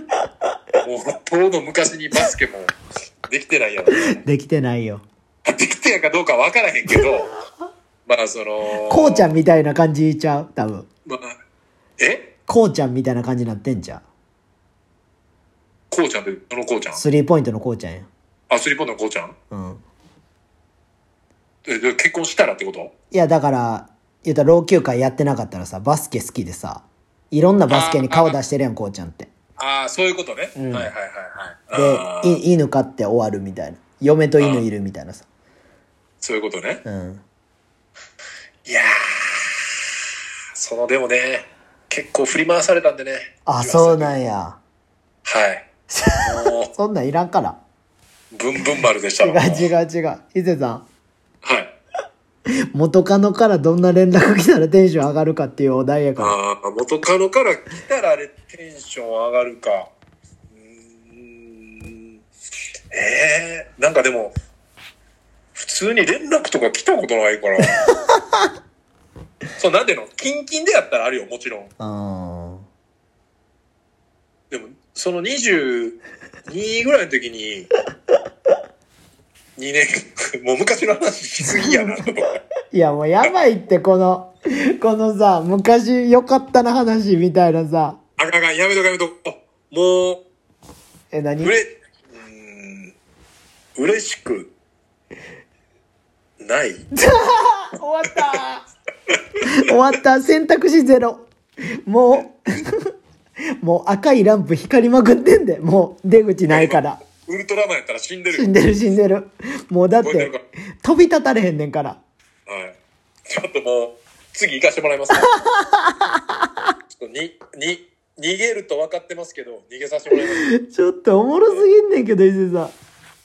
Speaker 2: とうの昔にバスケもできてないやろ。で
Speaker 1: できてないよ。
Speaker 2: きてやかどうかわからへんけど、まあその、
Speaker 1: こうちゃ
Speaker 2: ん。
Speaker 1: んみたいな感じちゃう多分。
Speaker 2: まあ、え
Speaker 1: こうちゃんみたいな感じになってんじゃん。
Speaker 2: こうちゃんって、どのこうちゃん
Speaker 1: スリーポイントのこうちゃんや。
Speaker 2: あ、スリーポイントのこうちゃん
Speaker 1: うん。
Speaker 2: えで結婚したらってこと
Speaker 1: いや、だから、言うたら老朽化やってなかったらさ、バスケ好きでさ、いろんなバスケに顔出してるやん、こうちゃんって。
Speaker 2: ああ、そういうことね。
Speaker 1: うん
Speaker 2: はいはいはいはいあ
Speaker 1: で
Speaker 2: ー。、
Speaker 1: い犬飼って終わるみたいな。嫁と犬いるみたいなさ。
Speaker 2: そういうことね。
Speaker 1: うん。
Speaker 2: いやー、そのでもね、結構振り回されたんでね。。
Speaker 1: あ、そうなんんや。
Speaker 2: はい。も
Speaker 1: そんなんいらんから。
Speaker 2: う、ブンブン丸でした
Speaker 1: 違う
Speaker 2: わ。
Speaker 1: 違う違う。伊勢さん。
Speaker 2: はい。
Speaker 1: 元カノからどんな連絡来たらテンション上がるかっていうお題やから。
Speaker 2: ああ、元カノから来たらあれテンション上がるか。うーん。ええー、なんかでも、普通に連絡とか来たことな いから。そう、なんていうのキンキンでやったらあるよ、もちろん。
Speaker 1: うん。
Speaker 2: でも、その22ぐらいの時に、2年、もう昔の話しすぎやな、とか。
Speaker 1: いやもうやばいって、この、このさ、昔良かったな話みたいなさ。
Speaker 2: あかんあかん、やめとかやめとこう。も
Speaker 1: え、
Speaker 2: う、
Speaker 1: 何
Speaker 2: うれ、うーん、嬉しく、ない
Speaker 1: 終わった 終わった選択肢ゼロもう もう赤いランプ光りまくってんでもう出口ないから
Speaker 2: ウルトラマンやったら死んでる
Speaker 1: 死
Speaker 2: よ。
Speaker 1: んでる死んでるもうだっ
Speaker 2: 覚えてる
Speaker 1: て
Speaker 2: か
Speaker 1: 飛び立たれへんねんから
Speaker 2: はい。ちょっともう、次行かしてもらいますかちょっとに、に、逃げると分かってますけど、逃げさせてもらいます。
Speaker 1: ちょっとおもろすぎんねんけど伊勢さ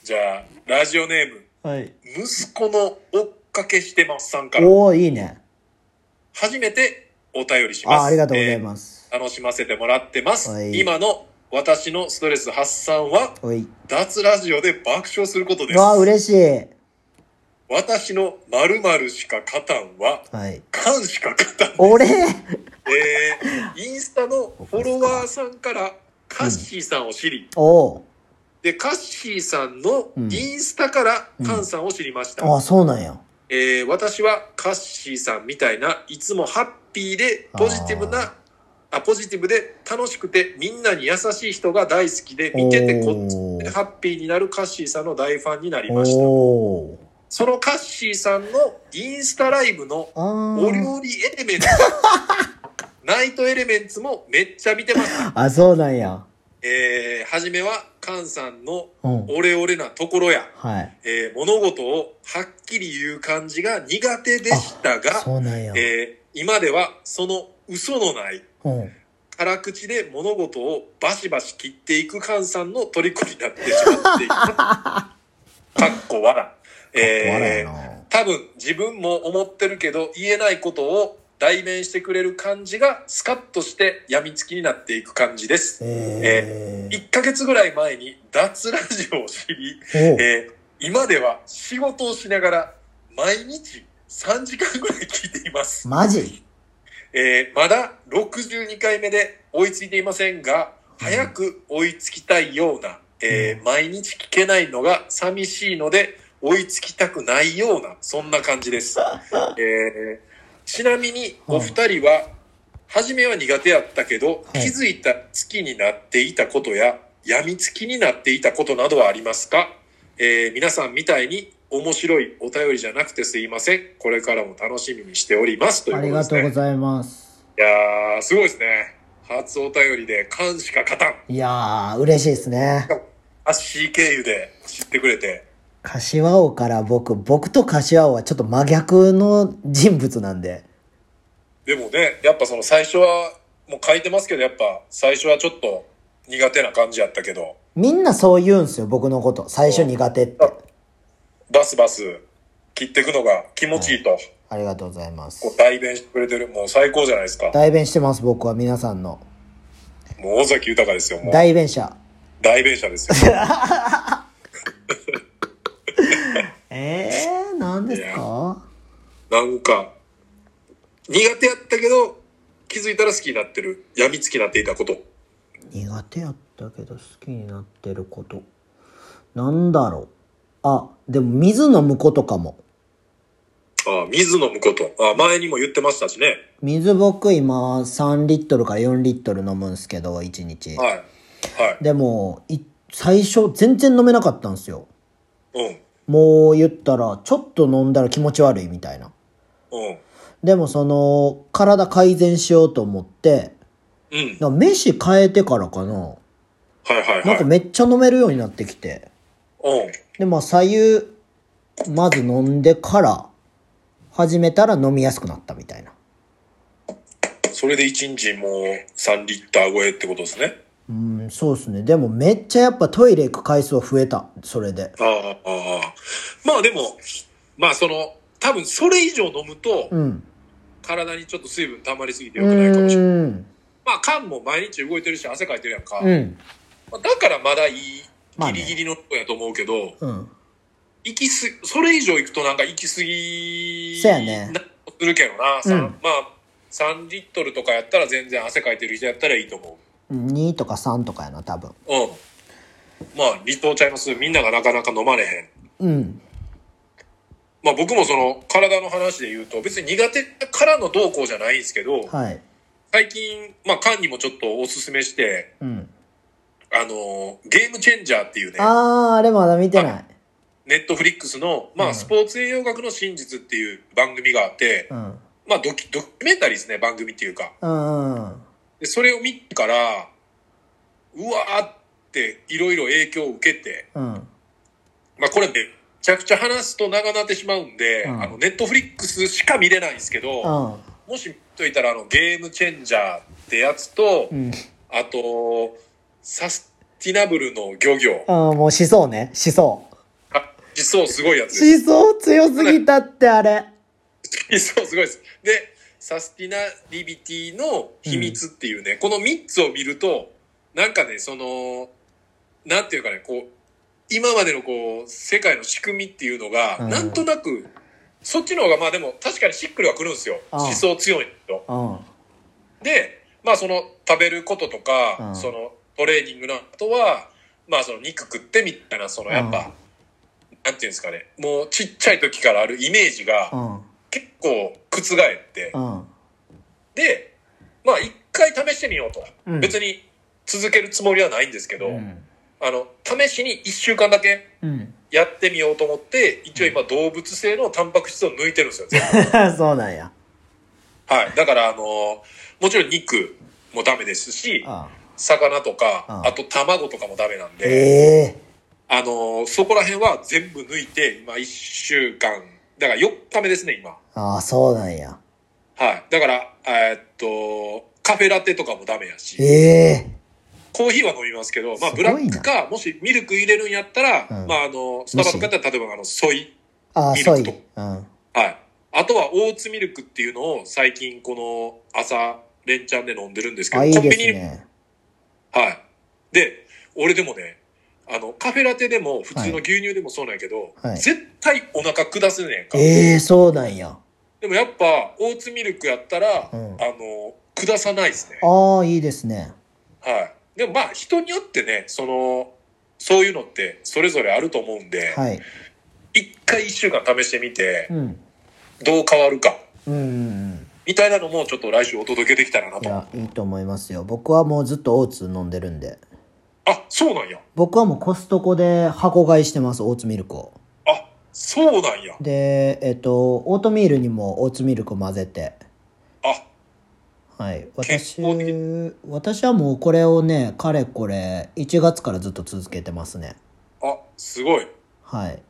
Speaker 2: じゃあ、ラジオネーム。
Speaker 1: んはい
Speaker 2: 息子の追っかけしてますさんから
Speaker 1: おおいいね
Speaker 2: 初めてお便りします
Speaker 1: あありがとうございます、
Speaker 2: えー楽しませてもらってます、
Speaker 1: はい
Speaker 2: 今の私のストレス発散は
Speaker 1: おい
Speaker 2: 脱ラジオで爆笑することです
Speaker 1: わあ嬉しい
Speaker 2: 私の〇〇しか勝たんは
Speaker 1: はい
Speaker 2: 缶しか勝 たん
Speaker 1: 俺
Speaker 2: えーインスタのフォロワーさんからカッシーさんを知り、
Speaker 1: おお
Speaker 2: でカッシーさんの
Speaker 1: うん
Speaker 2: インスタからカンさんを知りました、
Speaker 1: ああそうなんや
Speaker 2: えー私はカッシーさんみたいないつもハッピーでポジティブなあポジティブで楽しくてみんなに優しい人が大好きで見ててこっち
Speaker 1: お
Speaker 2: で
Speaker 1: ー
Speaker 2: ハッピーになるカッシーさんの大ファンになりました
Speaker 1: おー
Speaker 2: そのカッシーさんのインスタライブの
Speaker 1: あ
Speaker 2: お
Speaker 1: ー
Speaker 2: 料理エレメ ンツナイトエレメンツもめっちゃ見てました、
Speaker 1: あそうなんや
Speaker 2: えー、初めはカンさんの
Speaker 1: うん
Speaker 2: オレオレなところや、
Speaker 1: はい
Speaker 2: えー物事をはっきり言う感じが苦手でしたが
Speaker 1: そうなんや
Speaker 2: えー今ではその嘘のない
Speaker 1: うん
Speaker 2: 辛口で物事をバシバシ切っていく菅さんの虜になってしまっています。かっこわら。えー
Speaker 1: な。
Speaker 2: 多分自分も思ってるけど言えないことを代弁してくれる感じがスカッとして病みつきになっていく感じです。
Speaker 1: えー
Speaker 2: 1ヶ月ぐらい前に脱ラジオを知り、
Speaker 1: おう
Speaker 2: えー今では仕事をしながら毎日3時間ぐらい聞いています。
Speaker 1: マジ
Speaker 2: えーまだ62回目で追いついていませんが、
Speaker 1: うん
Speaker 2: 早く追いつきたいような、えー
Speaker 1: う
Speaker 2: 毎日聞けないのが寂しいので、追いつきたくないような、そんな感 じです。えーちなみに、お二人は、初めは苦手やったけど、
Speaker 1: はい
Speaker 2: 気づいた月になっていたことや、病みつきになっていたことなどはありますかえー皆さんみたいに面白いお便りじゃなくてすいません。これからも楽しみにしております。という
Speaker 1: あ
Speaker 2: こと
Speaker 1: り
Speaker 2: で
Speaker 1: が
Speaker 2: す
Speaker 1: とう
Speaker 2: ね
Speaker 1: ご。ざいます。
Speaker 2: いやー、すごいですね。初お便りで、感しか勝たん。
Speaker 1: いやー、嬉しいですね。
Speaker 2: アッシー経由で知ってくれて。
Speaker 1: 柏王から僕、僕と柏王はちょっと真逆の人物なんで。
Speaker 2: でもね、やっぱその最初は、もう書いてますけど、やっぱ最初はちょっと苦手な感じやったけど、
Speaker 1: みんなそう言うんすよ、僕のこと。最初苦手って。
Speaker 2: バスバス切っていくのが気持ちいいと、
Speaker 1: ありがとうございます
Speaker 2: こ。う代弁してくれてる、もう最高じゃないですか。
Speaker 1: 代弁してます、僕は皆さんの。
Speaker 2: もう尾崎豊ですよ、もう。
Speaker 1: 代弁者。
Speaker 2: 代弁者ですよ。
Speaker 1: えー、何ですか
Speaker 2: なんか、苦手やったけど、気づいたら好きになってる。病みつきになっていたこと。
Speaker 1: 苦手やったけど好きになってることなんだろうあでも水飲むことかも
Speaker 2: ああ、水飲むこと。ああ、前にも言ってましたしね。
Speaker 1: 水僕今3リットルから4リットル飲むんすけど1日
Speaker 2: はい。はい。
Speaker 1: でもい最初全然飲めなかったんですよ
Speaker 2: うん。
Speaker 1: もう言ったらちょっと飲んだら気持ち悪いみたいな
Speaker 2: うん。
Speaker 1: でもその体改善しようと思って
Speaker 2: うん。
Speaker 1: なんか飯変えてからかな
Speaker 2: はいはい
Speaker 1: な
Speaker 2: は
Speaker 1: んか
Speaker 2: い。
Speaker 1: めっちゃ飲めるようになってきて
Speaker 2: うん。
Speaker 1: でまあ左右まず飲んでから始めたら飲みやすくなったみたいな
Speaker 2: それで一日もう3リッター超えってことですね。
Speaker 1: うんそうですねでもめっちゃやっぱトイレ行く回数は増えたそれで
Speaker 2: ああああ。まあでも、まあその、多分それ以上飲むと、
Speaker 1: うん
Speaker 2: 体にちょっと水分溜まりすぎて
Speaker 1: う
Speaker 2: 良くないかもしれない。
Speaker 1: ーん
Speaker 2: まあ缶も毎日動いてるし汗かいてるやんか。
Speaker 1: うん
Speaker 2: まあだからまだいい、
Speaker 1: まあ
Speaker 2: ギ
Speaker 1: ね
Speaker 2: リギリの人やと思うけど、
Speaker 1: うん
Speaker 2: 行きす、それ以上行くとなんか行き過ぎ、
Speaker 1: そうやね
Speaker 2: するけどな。三
Speaker 1: うん
Speaker 2: まあ、3リットルとかやったら全然汗かいてる人やったらいいと思
Speaker 1: 2とか3とかやな多分
Speaker 2: う。うん。まあ、離島ちゃいます。みんながなかなか飲まれへん。
Speaker 1: うん
Speaker 2: まあ僕もその体の話で言うと別に苦手からの動向じゃないんですけど、
Speaker 1: はい
Speaker 2: 最近、まあ缶にもちょっとおすすめして、
Speaker 1: うん
Speaker 2: あのーゲームチェンジャーっていうね、
Speaker 1: あーあれまだ見てない
Speaker 2: ネットフリックスの、ま
Speaker 1: う
Speaker 2: あ
Speaker 1: ん
Speaker 2: スポーツ栄養学の真実っていう番組があって、
Speaker 1: うん
Speaker 2: まあドキ、ドキュメンタリーですね、番組っていうか。
Speaker 1: うんうん
Speaker 2: で、それを見てから、うわーっていろいろ影響を受けて、
Speaker 1: うん
Speaker 2: まあこれめちゃくちゃ話すと長なってしまうんで、
Speaker 1: うん
Speaker 2: あのネットフリックスしか見れないんですけど、
Speaker 1: うん
Speaker 2: もし見といたらあのゲームチェンジャーってやつと、
Speaker 1: うん
Speaker 2: あとサスティナブルの漁業
Speaker 1: あーもうしそうねしそう
Speaker 2: あ実装すごいやつです
Speaker 1: しそう強すぎたってあれ
Speaker 2: 実装すごいですでサスティナリビティの秘密っていうね、この3つを見るとなんかねそのなんていうかねこう今までのこう世界の仕組みっていうのが、
Speaker 1: うん
Speaker 2: なんとなくそっちの方がまあでも確かにしっくりはくるんですよ
Speaker 1: うん
Speaker 2: 思想強いと。
Speaker 1: うん
Speaker 2: で、まあその食べることとか、
Speaker 1: うん
Speaker 2: そのトレーニングの後は、まあその肉食ってみたいな、そのやっぱ、
Speaker 1: うん
Speaker 2: なんていうんですかね、もうちっちゃい時からあるイメージ
Speaker 1: う
Speaker 2: が
Speaker 1: ん
Speaker 2: 結構覆って、
Speaker 1: うん
Speaker 2: で、まあ一回試してみようと。
Speaker 1: うん
Speaker 2: 別に続けるつもりはないんですけど、
Speaker 1: うん
Speaker 2: あの、試しに1週間だけ
Speaker 1: うん、
Speaker 2: やってみようと思って、一応今動物性のタンパク質を抜いてるんですよ、全 部
Speaker 1: そうなんや
Speaker 2: はい。だからあのもちろん肉もダメですし、
Speaker 1: あ
Speaker 2: 魚とか、
Speaker 1: う
Speaker 2: あ
Speaker 1: ん
Speaker 2: と卵とかもダメなんで、
Speaker 1: え
Speaker 2: あのーそこら辺は全部抜いて、今1週間、だから4日目ですね、今。
Speaker 1: ー、ああそうなんや
Speaker 2: はい。だから、えーっと、カフェラテとかもダメやし、
Speaker 1: ええ
Speaker 2: コーヒーは飲みますけど、まあ、
Speaker 1: すご
Speaker 2: ブ
Speaker 1: いな
Speaker 2: ラックか、もしミルク入れるんやったら、
Speaker 1: うん
Speaker 2: まあ、あの、スタバとかだったら、例えば、あの、ソイ。
Speaker 1: ああ
Speaker 2: ミル
Speaker 1: そ
Speaker 2: ク
Speaker 1: い
Speaker 2: と
Speaker 1: うん
Speaker 2: はい。あとは、オーツミルクっていうのを、最近、この、朝、レンチャンで飲んでるんですけど、
Speaker 1: あいい
Speaker 2: コン
Speaker 1: で
Speaker 2: ビ
Speaker 1: す
Speaker 2: ニに
Speaker 1: ね
Speaker 2: はい。で、俺でもね、あの、カフェラテでも、普通の牛乳でもそうなんやけど、
Speaker 1: はい
Speaker 2: 絶対お腹下すねんか。
Speaker 1: ええそうなんや
Speaker 2: でもやっぱ、オーツミルクやったら、
Speaker 1: うん
Speaker 2: あの、下さないですね。
Speaker 1: ああいいですね
Speaker 2: はい。でもまあ、人によってね、その、そういうのって、それぞれあると思うんで、
Speaker 1: はい
Speaker 2: 一、回一週間試してみて
Speaker 1: う、ん
Speaker 2: どう変わるか、
Speaker 1: うんうんうん
Speaker 2: みたいなのも、ちょっと来週お届けできたらないと。
Speaker 1: やいいと思いますよ僕はもうずっとオーツ飲んでるんで
Speaker 2: あ、そうなんや。
Speaker 1: 僕はもうコストコで箱買いしてますオーツミルクを
Speaker 2: あ、そうなんや。
Speaker 1: でえっとオートミールにもオーツミルク混ぜて
Speaker 2: あ、
Speaker 1: はい
Speaker 2: 結
Speaker 1: 私
Speaker 2: 構
Speaker 1: 私はもうこれをねかれこれ1月からずっと続けてますね
Speaker 2: あ、すごい。
Speaker 1: はい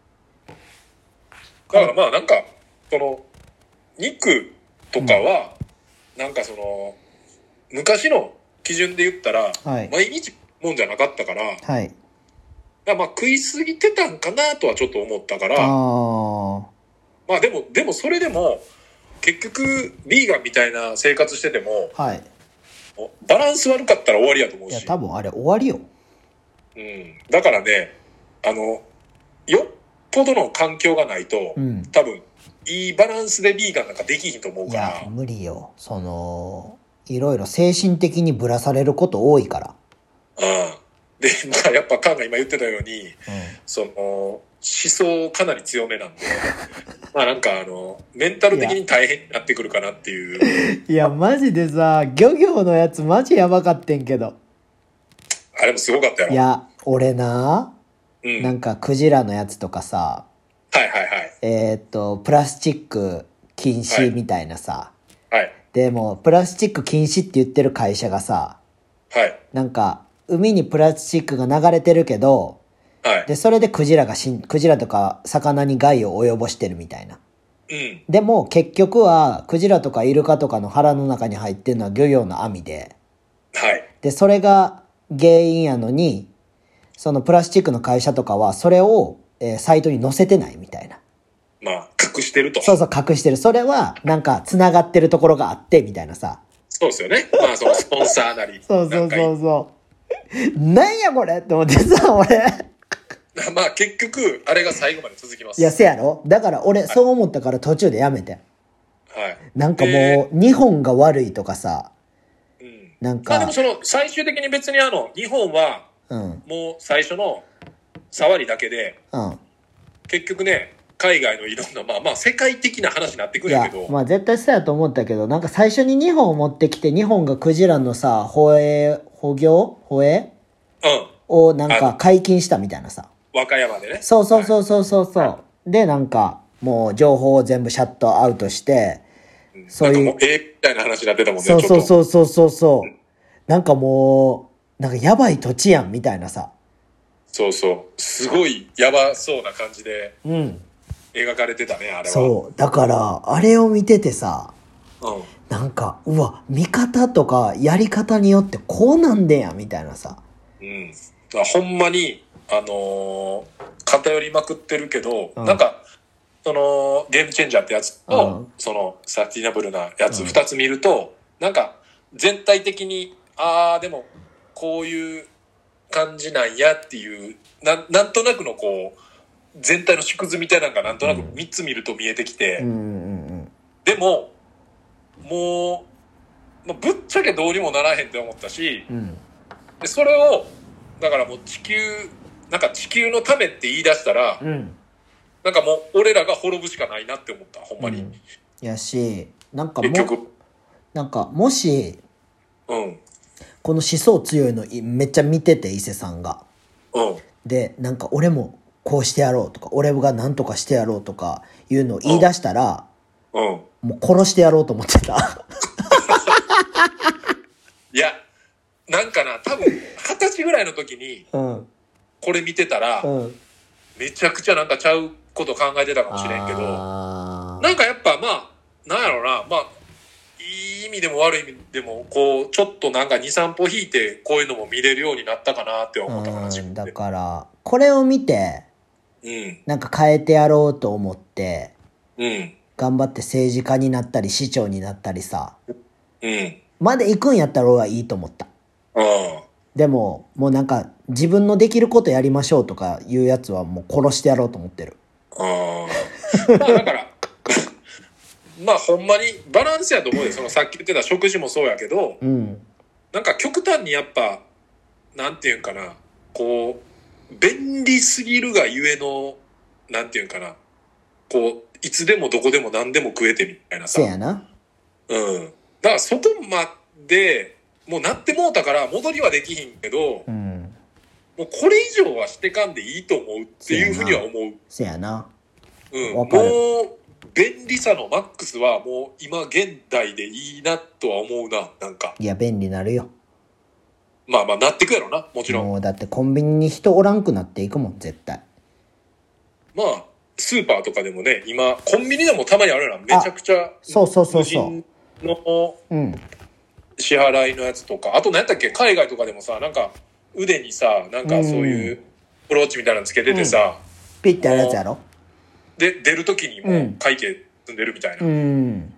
Speaker 2: だからまあなんか、その、肉とかは、なんかその、昔の基準で言ったら、
Speaker 1: はい
Speaker 2: 毎日もんじゃなかったから、だか
Speaker 1: はい
Speaker 2: らまあ食いすぎてたんかなとはちょっと思ったから、
Speaker 1: あ
Speaker 2: まあでも、でもそれでも、結局、ビーガンみたいな生活してても、
Speaker 1: あはい
Speaker 2: バランス悪かったら終わりやと思う
Speaker 1: いや
Speaker 2: し、
Speaker 1: 多分あれ終わりよ
Speaker 2: うん。だからね、あの、酔っぽどの環境がないと、
Speaker 1: うん
Speaker 2: 多分、いいバランスでヴィーガンなんかできひんと思う
Speaker 1: い
Speaker 2: か
Speaker 1: や
Speaker 2: ら、
Speaker 1: 無理よそのいろいろ精神的にぶらされること多いから、
Speaker 2: うん。で、まあ、やっぱカンが今言ってたように、 その、思想かなり強 めなんで、まあなんかあの、メンタル的に大変になってくるかなっていう、
Speaker 1: いやマジでさ漁業のやつマジやばかってんけど
Speaker 2: あれもすごかった
Speaker 1: い
Speaker 2: よ。
Speaker 1: や俺な
Speaker 2: うん。は
Speaker 1: ないんかクジラのやつとかさ
Speaker 2: はいはい。
Speaker 1: えーっとプラスチック禁止みたいなさ、
Speaker 2: はい。
Speaker 1: でもプラスチック禁止って言ってる会社がさ
Speaker 2: はい。
Speaker 1: なんか海にプラスチックが流れてるけど
Speaker 2: はい。
Speaker 1: でそれでクジラが死んクジラとか魚に害を及ぼしてるみたいな
Speaker 2: うん。
Speaker 1: でも結局はクジラとかイルカとかの腹の中に入ってるのは漁業の網で
Speaker 2: はい。
Speaker 1: でそれが原因やのにそのプラスチックの会社とかはそれを、えーサイトに載せてないみたいな
Speaker 2: まあ、隠してると。
Speaker 1: そうそう隠してるそれはなんかつながってるところがあってみたいなさ
Speaker 2: そうですよね。まあ、そのスポンサーなり。
Speaker 1: そうそ
Speaker 2: な
Speaker 1: うん
Speaker 2: か
Speaker 1: そうそうなんやこれって思ってさ俺
Speaker 2: まあ、結局、あれが最後まで続きます。
Speaker 1: いやせやろだから俺そう思ったから途中でやめて
Speaker 2: はい。
Speaker 1: なんか
Speaker 2: で
Speaker 1: もう日本が悪いとかさ
Speaker 2: うん。
Speaker 1: なん
Speaker 2: まあ、で
Speaker 1: か
Speaker 2: もその、最終的に別にあの、日本は、
Speaker 1: うん
Speaker 2: もう最初の触りだけで、
Speaker 1: うん
Speaker 2: 結局ね、海外のいろんな、まあまあ、世界的な話になってく
Speaker 1: い
Speaker 2: るんや
Speaker 1: や
Speaker 2: けど、
Speaker 1: まあ絶対そうやと思ったけどなんか最初に日本を持ってきて日本がクジラのさ捕鯨捕魚捕鯨
Speaker 2: うん。
Speaker 1: をなんか
Speaker 2: あ
Speaker 1: 解禁したみたいなさ
Speaker 2: 和歌山でね。
Speaker 1: そうそうそうそうそうそうでなんかもう情報を全部シャットアウトして
Speaker 2: うん
Speaker 1: そういう
Speaker 2: なんかもう、ええみたいな話になってたもんね。
Speaker 1: そうそう
Speaker 2: う。
Speaker 1: そうそうそうそうなんかもうなんかやばい土地やんみたいなさ
Speaker 2: そうそう。すごい、やばそうな感じで
Speaker 1: うん
Speaker 2: 描かれてたね、あれは。
Speaker 1: そうだからあれを見ててさ
Speaker 2: う。うん。
Speaker 1: なんかうわ見方とかやり方によってこうなんでやみたいなさ
Speaker 2: うん、だからほんまに、あのー偏りまくってるけど、
Speaker 1: うん
Speaker 2: なんかそのゲームチェンジャーってやつと、
Speaker 1: うん
Speaker 2: そのサスティナブルなやつ
Speaker 1: うん
Speaker 2: 2つ見ると、なんか全体的にああでもこういう感じなんやっていうなんなんとなくのこう全体の縮図みたいなのがなんとなく3つ見ると見えてきて、
Speaker 1: うんうんうん
Speaker 2: でももう、まあぶっちゃけどうにもならへんって思ったし。
Speaker 1: うん
Speaker 2: でそれをだからもう地球なんか地球のためって言い出したら
Speaker 1: うん
Speaker 2: なんかもう俺らが滅ぶしかないなって思ったほんまに、
Speaker 1: うんやしなんか
Speaker 2: 結
Speaker 1: も
Speaker 2: 局
Speaker 1: なんかもし
Speaker 2: うん
Speaker 1: この思想強いのいめっちゃ見てて伊勢さんが
Speaker 2: うん
Speaker 1: でなんか俺もこうしてやろうとか俺が何とかしてやろうとかいうのを言い出したら、
Speaker 2: うん
Speaker 1: もう殺してやろうと思ってた
Speaker 2: いやなんかな多分二十歳ぐらいの時に
Speaker 1: うん
Speaker 2: これ見てたら、
Speaker 1: うん
Speaker 2: めちゃくちゃなんかちゃうこと考えてたかもしれんけど
Speaker 1: あー
Speaker 2: なんかやっぱまあなんやろうなまあいい意味でも悪い意味でもこうちょっとなんか23歩引いてこういうのも見れるようになったかなって思ったかな自
Speaker 1: う
Speaker 2: 分
Speaker 1: ん
Speaker 2: で
Speaker 1: だからこれを見て
Speaker 2: うん
Speaker 1: なんか変えてやろうと思って
Speaker 2: うん
Speaker 1: 頑張って政治家になったり市長になったりさ
Speaker 2: うん
Speaker 1: まで行くんやったら俺はいいと思った
Speaker 2: うん
Speaker 1: でももうなんか自分のできることやりましょうとかいうやつはもう殺してやろうと思ってる
Speaker 2: ああ。まあだから、 まあほんまにバランスやと思うよ。そのさっき言ってた食事もそうやけど、
Speaker 1: うん
Speaker 2: なんか極端にやっぱ、なんていうんかな、こう、便利すぎるがゆえの、なんていうんかな、こう、いつでもどこでも何でも食えてみたいなさ
Speaker 1: せ。やな
Speaker 2: うん。だからそこまで、もうなってもうたから戻りはできひんけど
Speaker 1: う、ん
Speaker 2: もうこれ以上はしてかんでいいと思うっていうふうには思う。
Speaker 1: せやな
Speaker 2: うん、
Speaker 1: わかる
Speaker 2: もう便利さのマックスはもう今現代でいいなとは思うななんか
Speaker 1: いや便利なるよ
Speaker 2: まあまあなってくやろなもちろん
Speaker 1: もうだってコンビニに人おらんくなっていくもん絶対
Speaker 2: まあスーパーとかでもね今コンビニでもたまにあるよなめちゃくちゃ
Speaker 1: そうそうそう
Speaker 2: 無
Speaker 1: そう
Speaker 2: 人の
Speaker 1: うん
Speaker 2: 支払いのやつとかあと何やったっけ海外とかでもさなんか腕にさなんかそういう
Speaker 1: う
Speaker 2: うブローチみたいなのつけててさ、
Speaker 1: ピッてやるやつやろ
Speaker 2: で出る時にもう会計済んでるみたいな、
Speaker 1: うん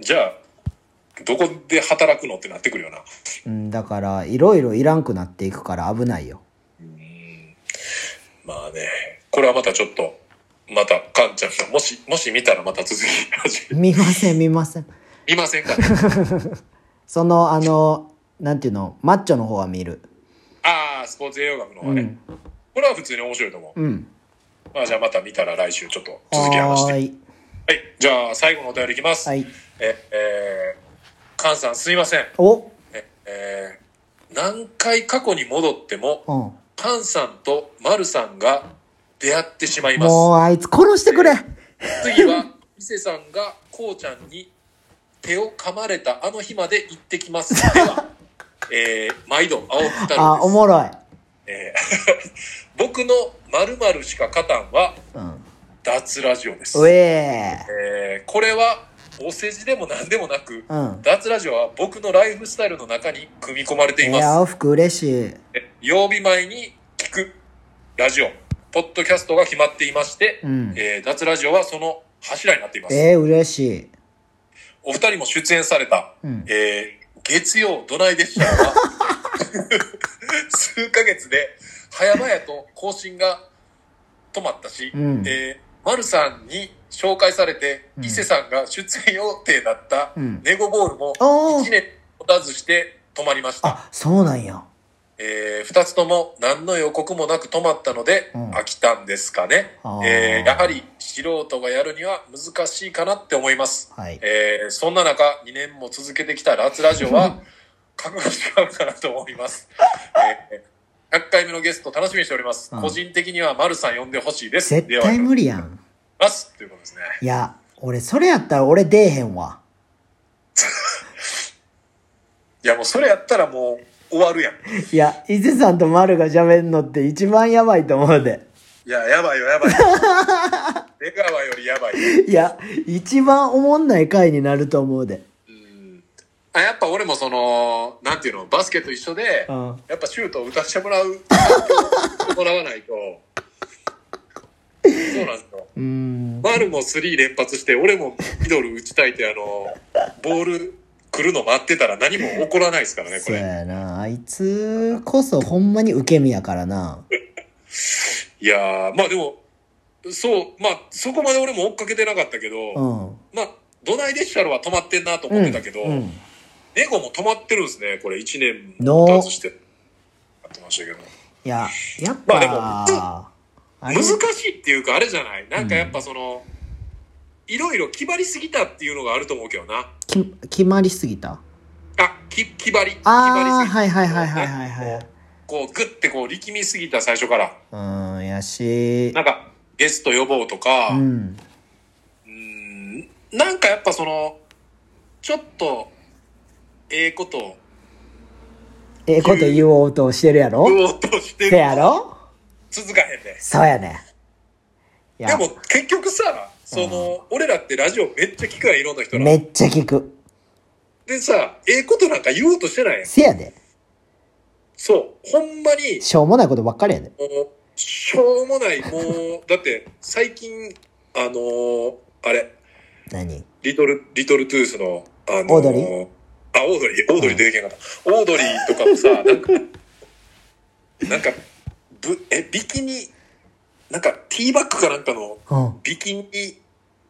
Speaker 2: じゃあどこで働くのってなってくるよな
Speaker 1: うんだからいろいろいらんくなっていくから危ないよ
Speaker 2: うんまあね、これはまたちょっと、また、かんちゃんさん、もし、もし見たらまた続き始め、
Speaker 1: 見ません見ません
Speaker 2: 見ませ んかね。
Speaker 1: そのあのなんていうのマッチョの方は見る
Speaker 2: ああ、スポーツ栄養学の方
Speaker 1: う
Speaker 2: ね、
Speaker 1: ん
Speaker 2: これは普通に面白いと思う。
Speaker 1: うん
Speaker 2: まあじゃあまた見たら来週ちょっと続き話して。
Speaker 1: はー
Speaker 2: はい。
Speaker 1: い
Speaker 2: じゃあ最後のお便りいきます。
Speaker 1: はい
Speaker 2: え、えー、かんさんすいません。
Speaker 1: お
Speaker 2: え、えー何回過去に戻っても、
Speaker 1: うん
Speaker 2: カンさんとマルさんが出会ってしまいま
Speaker 1: もうあいつ殺してくれ
Speaker 2: す。次は、伊勢さんがこうちゃんに手を噛まれたあの日まで行ってき ます。では、えー、毎度、青木太郎
Speaker 1: あ
Speaker 2: です
Speaker 1: お。もろい
Speaker 2: えー僕の〇〇しか勝たんは、
Speaker 1: うん
Speaker 2: 脱ラジオです。
Speaker 1: うえ
Speaker 2: えーこれは、お世辞でも何でもなく、
Speaker 1: ーうん
Speaker 2: 脱ラジオは僕のライフスタイルの中に組み込まれてい
Speaker 1: い
Speaker 2: ます。
Speaker 1: やおふく嬉しい
Speaker 2: 曜日前に聞くラジオ、ポッドキャストが決まっていまして、
Speaker 1: うん
Speaker 2: えー脱ラジオはその柱になっています。
Speaker 1: えー、嬉しい
Speaker 2: お二人も出演された、
Speaker 1: うん
Speaker 2: えー月曜どないでしたは、 数ヶ月で早々と更新が止まったし、
Speaker 1: うん
Speaker 2: えー丸さんに紹介されて、
Speaker 1: うん
Speaker 2: 伊勢さんが出演予定だった
Speaker 1: うん
Speaker 2: ネゴボールも
Speaker 1: おー
Speaker 2: 1年持たずして止まりました。
Speaker 1: あそうなんや
Speaker 2: えー、2つとも何の予告もなく止まったので、
Speaker 1: うん
Speaker 2: 飽きたんですかね
Speaker 1: あー、
Speaker 2: えーやはり素人がやるには難しいかなって思います、
Speaker 1: はい
Speaker 2: えーそんな中2年も続けてきた「ラツラジオ」 は覚悟しようかなと思います、えー100回目のゲスト楽しみにしております、
Speaker 1: うん
Speaker 2: 個人的には丸さん呼んでほしいです
Speaker 1: 絶対無理やん
Speaker 2: ではますということですね
Speaker 1: いや俺それやったら俺出えへんわ
Speaker 2: いやもうそれやったらもう終わるやんい
Speaker 1: いや伊勢さんと丸が喋んのって一番やばいと思うで
Speaker 2: ややばいよや ばいよ出川よりやばいよ
Speaker 1: いや一番おもんない回になると思うで
Speaker 2: うんあやっぱ俺もそのなんていうのバスケと一緒で、
Speaker 1: うん
Speaker 2: やっぱシュートを打たせても らうもらわないとそうなんですよ
Speaker 1: うん
Speaker 2: マルも3連発して俺もミドル打ちたいってあのボール来るの待ってたら何も起こらないですからねこ
Speaker 1: そう
Speaker 2: れ
Speaker 1: やなあいつこそほんまに受け身やからない
Speaker 2: やーまあでもそうまあそこまで俺も追っかけてなかったけど、
Speaker 1: うん
Speaker 2: まあどないでっしゃろは止まってんなと思
Speaker 1: う
Speaker 2: って
Speaker 1: ん
Speaker 2: たけど、
Speaker 1: うん
Speaker 2: 猫も止まってるんですねこれ1年
Speaker 1: の
Speaker 2: も経たずしてやってましたけど
Speaker 1: いややっ
Speaker 2: まあでも
Speaker 1: ぱあれ
Speaker 2: 難しいっていうかあれじゃないなんかやっぱその、いろいろ決まりすぎたっていうのがあると思うけどな
Speaker 1: き決まりすぎた
Speaker 2: あき決まり決ま
Speaker 1: ああ
Speaker 2: りすぎ
Speaker 1: はいはいはいはいはいはい
Speaker 2: こうグッてこう力みすぎた最初から
Speaker 1: うんやし
Speaker 2: なんかゲスト呼ぼうとか
Speaker 1: う
Speaker 2: うんーんなんかやっぱそのちょっとええことを
Speaker 1: ええこと言おうとしてるやろ
Speaker 2: 言おうとして
Speaker 1: せやろ
Speaker 2: 続かへんね
Speaker 1: そうやねい
Speaker 2: で
Speaker 1: や
Speaker 2: も結局さその、俺らってラジオめっちゃ聞くやんいろんな人ら
Speaker 1: めっちゃ聞く
Speaker 2: でさええことなんか言おうとしてないやん
Speaker 1: せやで
Speaker 2: そうほんまに
Speaker 1: しょうもないことばっかりやで
Speaker 2: もう、しょうもない、もう、だって、最近、あのーあれ、
Speaker 1: 何
Speaker 2: リトル、リトルトゥースの、あの
Speaker 1: オードリー
Speaker 2: あ、オードリー、オードリー出てけなかった。オードリーとか もさ、なんか、なんか、ぶ、え、ビキニ、なんか、ティーバッグかなんかの、
Speaker 1: うん
Speaker 2: ビキニ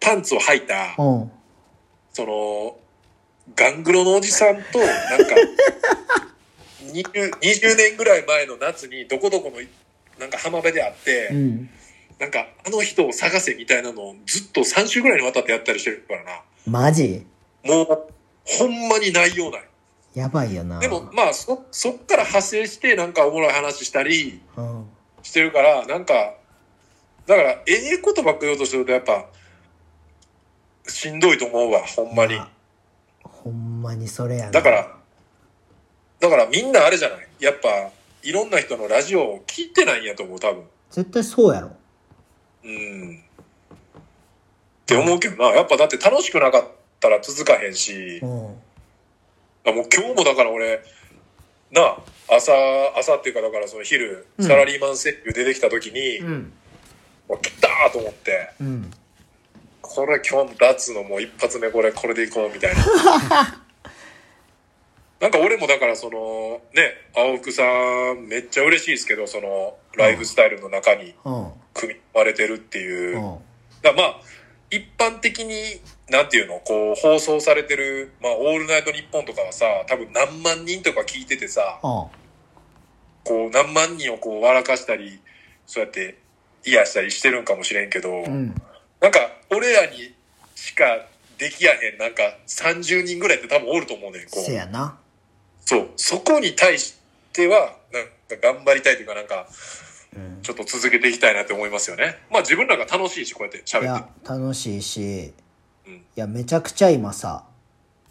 Speaker 2: パンツを履いた、
Speaker 1: うん
Speaker 2: その、ガングロのおじさんと、な んか、20, 20年ぐらい前の夏に、どこどこの、なんか浜辺で会って、
Speaker 1: うん
Speaker 2: なんか、あの人を探せみたいなのをずっと3週ぐらいにわたってやったりしてるからな。
Speaker 1: マジ
Speaker 2: もう、ほんまにないようない。
Speaker 1: やばいよな
Speaker 2: でも、まあ、そ、そっから派生して、なんかおもろい話したり
Speaker 1: うん
Speaker 2: してるから、なんか、だから、ええことばっか言おうとすると、やっぱ、しんどいと思うわ、ほんまに
Speaker 1: い。やほんまにそれやな
Speaker 2: だから、だからみんなあれじゃないやっぱ、いろんな人のラジオを聞いてないんやと思う、多分。
Speaker 1: 絶対そうやろ
Speaker 2: うん。って思うけどな。やっぱだって楽しくなかったら続かへんし、
Speaker 1: うん
Speaker 2: あもう今日もだから俺、なあ、朝、朝っていうかだからその昼、
Speaker 1: うん
Speaker 2: サラリーマンセッ出てきた時に、
Speaker 1: うん
Speaker 2: もう来たーと思って、
Speaker 1: うん
Speaker 2: これ今日も脱のもう一発目これ、これでいこうみたいな。 なんか俺もだからその、ね、青福さんめっちゃ嬉しいですけど、その、ライフスタイルの中に
Speaker 1: うん
Speaker 2: 組み込割れてるっていう。
Speaker 1: うん
Speaker 2: だからまあ、一般的に、なんていうの、こう、放送されてる、まあ、オールナイトニッポンとかはさ、多分何万人とか聞いてて
Speaker 1: う
Speaker 2: さ、
Speaker 1: ん
Speaker 2: こう、何万人をこう、笑かしたり、そうやって、癒やしたりしてるんかもしれんけど、
Speaker 1: うん
Speaker 2: なんか、俺らにしかできやへん、なんか、30人ぐらいって多分おると思うねん、こ
Speaker 1: せ
Speaker 2: う。
Speaker 1: やな
Speaker 2: そう。そこに対しては、なんか、頑張りたいというか、なんか、
Speaker 1: うん
Speaker 2: ちょっと続けていきたいなって思いますよね。まあ、自分らが楽しいし、こうやって
Speaker 1: い
Speaker 2: 喋って
Speaker 1: や。楽しいし
Speaker 2: うん
Speaker 1: いやめちゃくちゃ今さ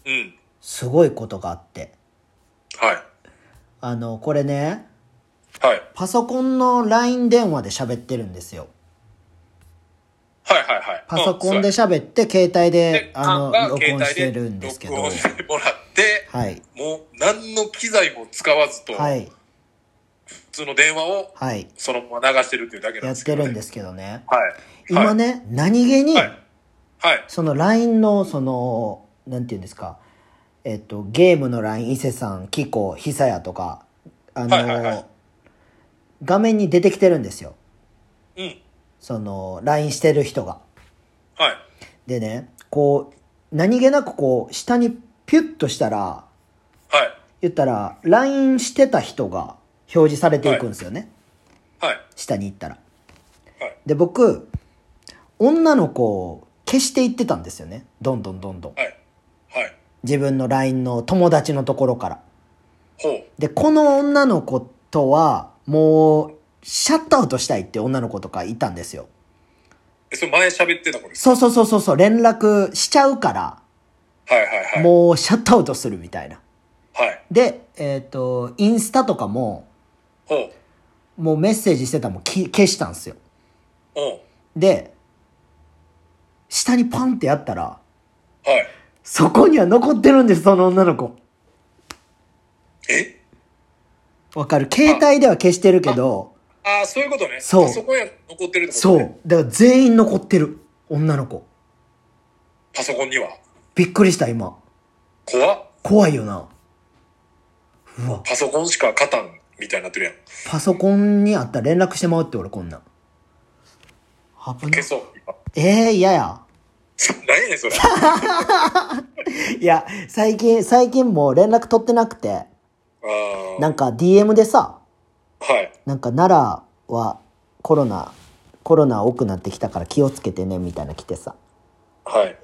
Speaker 2: うん。
Speaker 1: すごいことがあって
Speaker 2: はい。
Speaker 1: あのこれね
Speaker 2: はい。
Speaker 1: パソコンの LINE 電話で喋ってるんですよ
Speaker 2: はいはいはい。
Speaker 1: パソコンで喋って携帯
Speaker 2: うん、
Speaker 1: であの
Speaker 2: カンが
Speaker 1: 録
Speaker 2: 携
Speaker 1: 音し
Speaker 2: 帯
Speaker 1: てるんですけど
Speaker 2: 録音してもらって、
Speaker 1: はい
Speaker 2: もう何の機材も使わずと、
Speaker 1: はい
Speaker 2: 普通の電話を
Speaker 1: はい
Speaker 2: そのまま流してるっていうだけなん
Speaker 1: やっ
Speaker 2: ですけ
Speaker 1: て
Speaker 2: ど、
Speaker 1: るんですけどね
Speaker 2: はい。
Speaker 1: 今
Speaker 2: ね。
Speaker 1: ね何気に
Speaker 2: はい。はい。
Speaker 1: その LINE のそのなんて言うんですかえっとゲームの LINE 伊勢さん紀子久也とかあ
Speaker 2: はいはいはい
Speaker 1: の画面に出てきてるんですよ
Speaker 2: うん。
Speaker 1: その LINE してる人が
Speaker 2: はい。
Speaker 1: でねこう何気なくこう下にピュッとしたら
Speaker 2: はい。
Speaker 1: 言ったら LINE してた人が表示されていくんですよね、
Speaker 2: はい。
Speaker 1: 下に行ったら
Speaker 2: はい。
Speaker 1: で僕女の子を消していってたんですよねどんどんどんどん
Speaker 2: はい。はい。
Speaker 1: 自分の LINE の友達のところから
Speaker 2: ほう。
Speaker 1: でこの女の子とはもうシャットアウトしたいって女の子とかいたんですよ
Speaker 2: え、それ前喋ってたこれ。
Speaker 1: そうそうそうそうそう連絡しちゃうから
Speaker 2: はいはいはい。
Speaker 1: もうシャットアウトするみたいな
Speaker 2: はい。
Speaker 1: でえっ、とインスタとかも
Speaker 2: ほう。
Speaker 1: もうメッセージしてたのもき消したんですよ
Speaker 2: ほ
Speaker 1: で下にパンってやったら
Speaker 2: う。はい。
Speaker 1: そこには残ってるんですその女の子
Speaker 2: え
Speaker 1: わかる携帯では消してるけど
Speaker 2: ああ、そういうことね。
Speaker 1: そう
Speaker 2: パソコンや残ってるってこと
Speaker 1: そ
Speaker 2: ね。
Speaker 1: うだから全員残ってる女の子
Speaker 2: パソコンには。
Speaker 1: びっくりした今
Speaker 2: 怖っ。
Speaker 1: 怖いよなうわ
Speaker 2: パソコンしか勝たんみたいになってるやん。
Speaker 1: パソコンにあったら連絡してまうって俺こんなん危な
Speaker 2: 消そう。今
Speaker 1: ええー、嫌や
Speaker 2: 何やね んそれ。
Speaker 1: いや最近最近もう連絡取ってなくて
Speaker 2: あ
Speaker 1: なんか DM でさ
Speaker 2: あ。はい。
Speaker 1: なんか奈良はコロナコロナ多くなってきたから気をつけてねみたいな来てさ
Speaker 2: はい。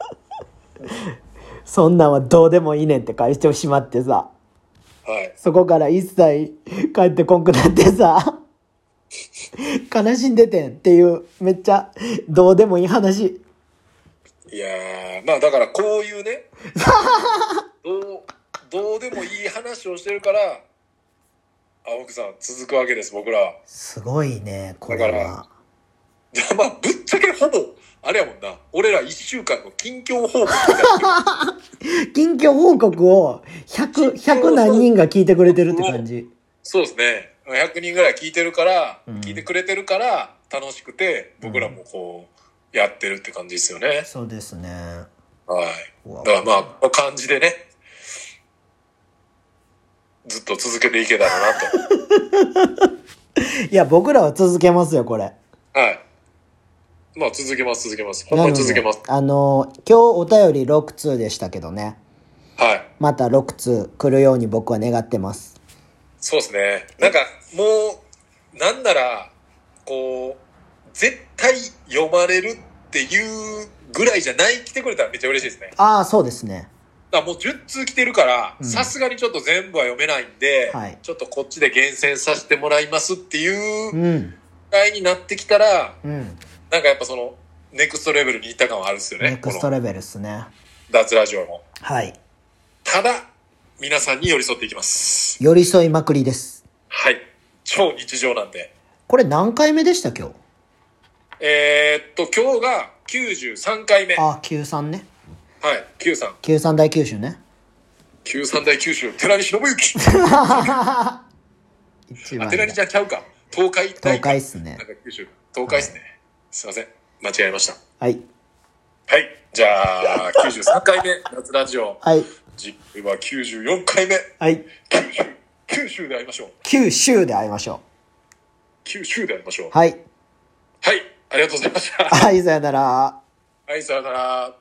Speaker 1: そんなんはどうでもいいねんって返してしまってさ
Speaker 2: はい。
Speaker 1: そこから一切帰ってこんくなってさ、悲しんでてんっていう、めっちゃどうでもいい話。
Speaker 2: いやー、まあだからこうい うね、どう、どうでもいい話をしてるから、青木さん続くわけです、僕らは。
Speaker 1: すごいね、これ
Speaker 2: だ
Speaker 1: は
Speaker 2: か。いやまあ、ぶっちゃけほぼ、あれやもんな、俺ら1週間の近況報告みたいな。
Speaker 1: 近況報告を100、100何人が聞いてくれてるって感じ。
Speaker 2: そうですね。100人ぐらい聞いてるから、
Speaker 1: うん
Speaker 2: 聞いてくれてるから、楽しくて、僕らもこう、やってるって感じですよね。
Speaker 1: そうですね。
Speaker 2: はい。
Speaker 1: う
Speaker 2: だ
Speaker 1: わ
Speaker 2: からまあ、この感じでね、ずっと続けていけたらなと。
Speaker 1: いや、僕らは続けますよ、これ。
Speaker 2: はい。まあ、続けます、続けます。ほんまに続けます
Speaker 1: な。のであの、今日お便り6通でしたけどね。
Speaker 2: はい。
Speaker 1: また6通来るように僕は願ってます。
Speaker 2: そうですね。なんか、もう、なんなら、こう、絶対読まれるっていうぐらいじゃない来てくれたらめっちゃ嬉しいですね。
Speaker 1: ああ、そうですね。
Speaker 2: だからもう10通来てるから、
Speaker 1: うん
Speaker 2: さすがにちょっと全部は読めないんで、
Speaker 1: はい
Speaker 2: ちょっとこっちで厳選させてもらいますっていううぐ
Speaker 1: ん。
Speaker 2: らいになってきたら、
Speaker 1: うん。
Speaker 2: なんかやっぱその、ネクストレベルに行った感はあるんですよ
Speaker 1: ネ
Speaker 2: ね。
Speaker 1: ク
Speaker 2: こ
Speaker 1: スト
Speaker 2: の
Speaker 1: レベルっすね。
Speaker 2: 脱ラジオも。
Speaker 1: はい。
Speaker 2: ただ、皆さんに寄り添っていきます。
Speaker 1: 寄り添いまくりです。
Speaker 2: はい。超日常なんで。
Speaker 1: これ何回目でした今日
Speaker 2: えー、っと、今日が93回目。はい。
Speaker 1: あ、93ね。
Speaker 2: 93。
Speaker 1: 93大九州ね。
Speaker 2: 93大九州、寺西信之。
Speaker 1: 一
Speaker 2: あ、
Speaker 1: 番
Speaker 2: 寺西ちゃんちゃうか。東海大
Speaker 1: 東海っすね
Speaker 2: なん。か九州。東海ですね。すいません。間違えました。
Speaker 1: はい。
Speaker 2: はい。じゃあ、93回目、夏ラジオ。
Speaker 1: はい。
Speaker 2: 次回は94回目、
Speaker 1: はい。
Speaker 2: 九州、九州で会いましょう。
Speaker 1: 九州で会いましょ
Speaker 2: 九州で会いましょう。
Speaker 1: う。はい。
Speaker 2: はい。
Speaker 1: ありがとうございました。
Speaker 2: はい、さよなら。
Speaker 1: はい、さよなら。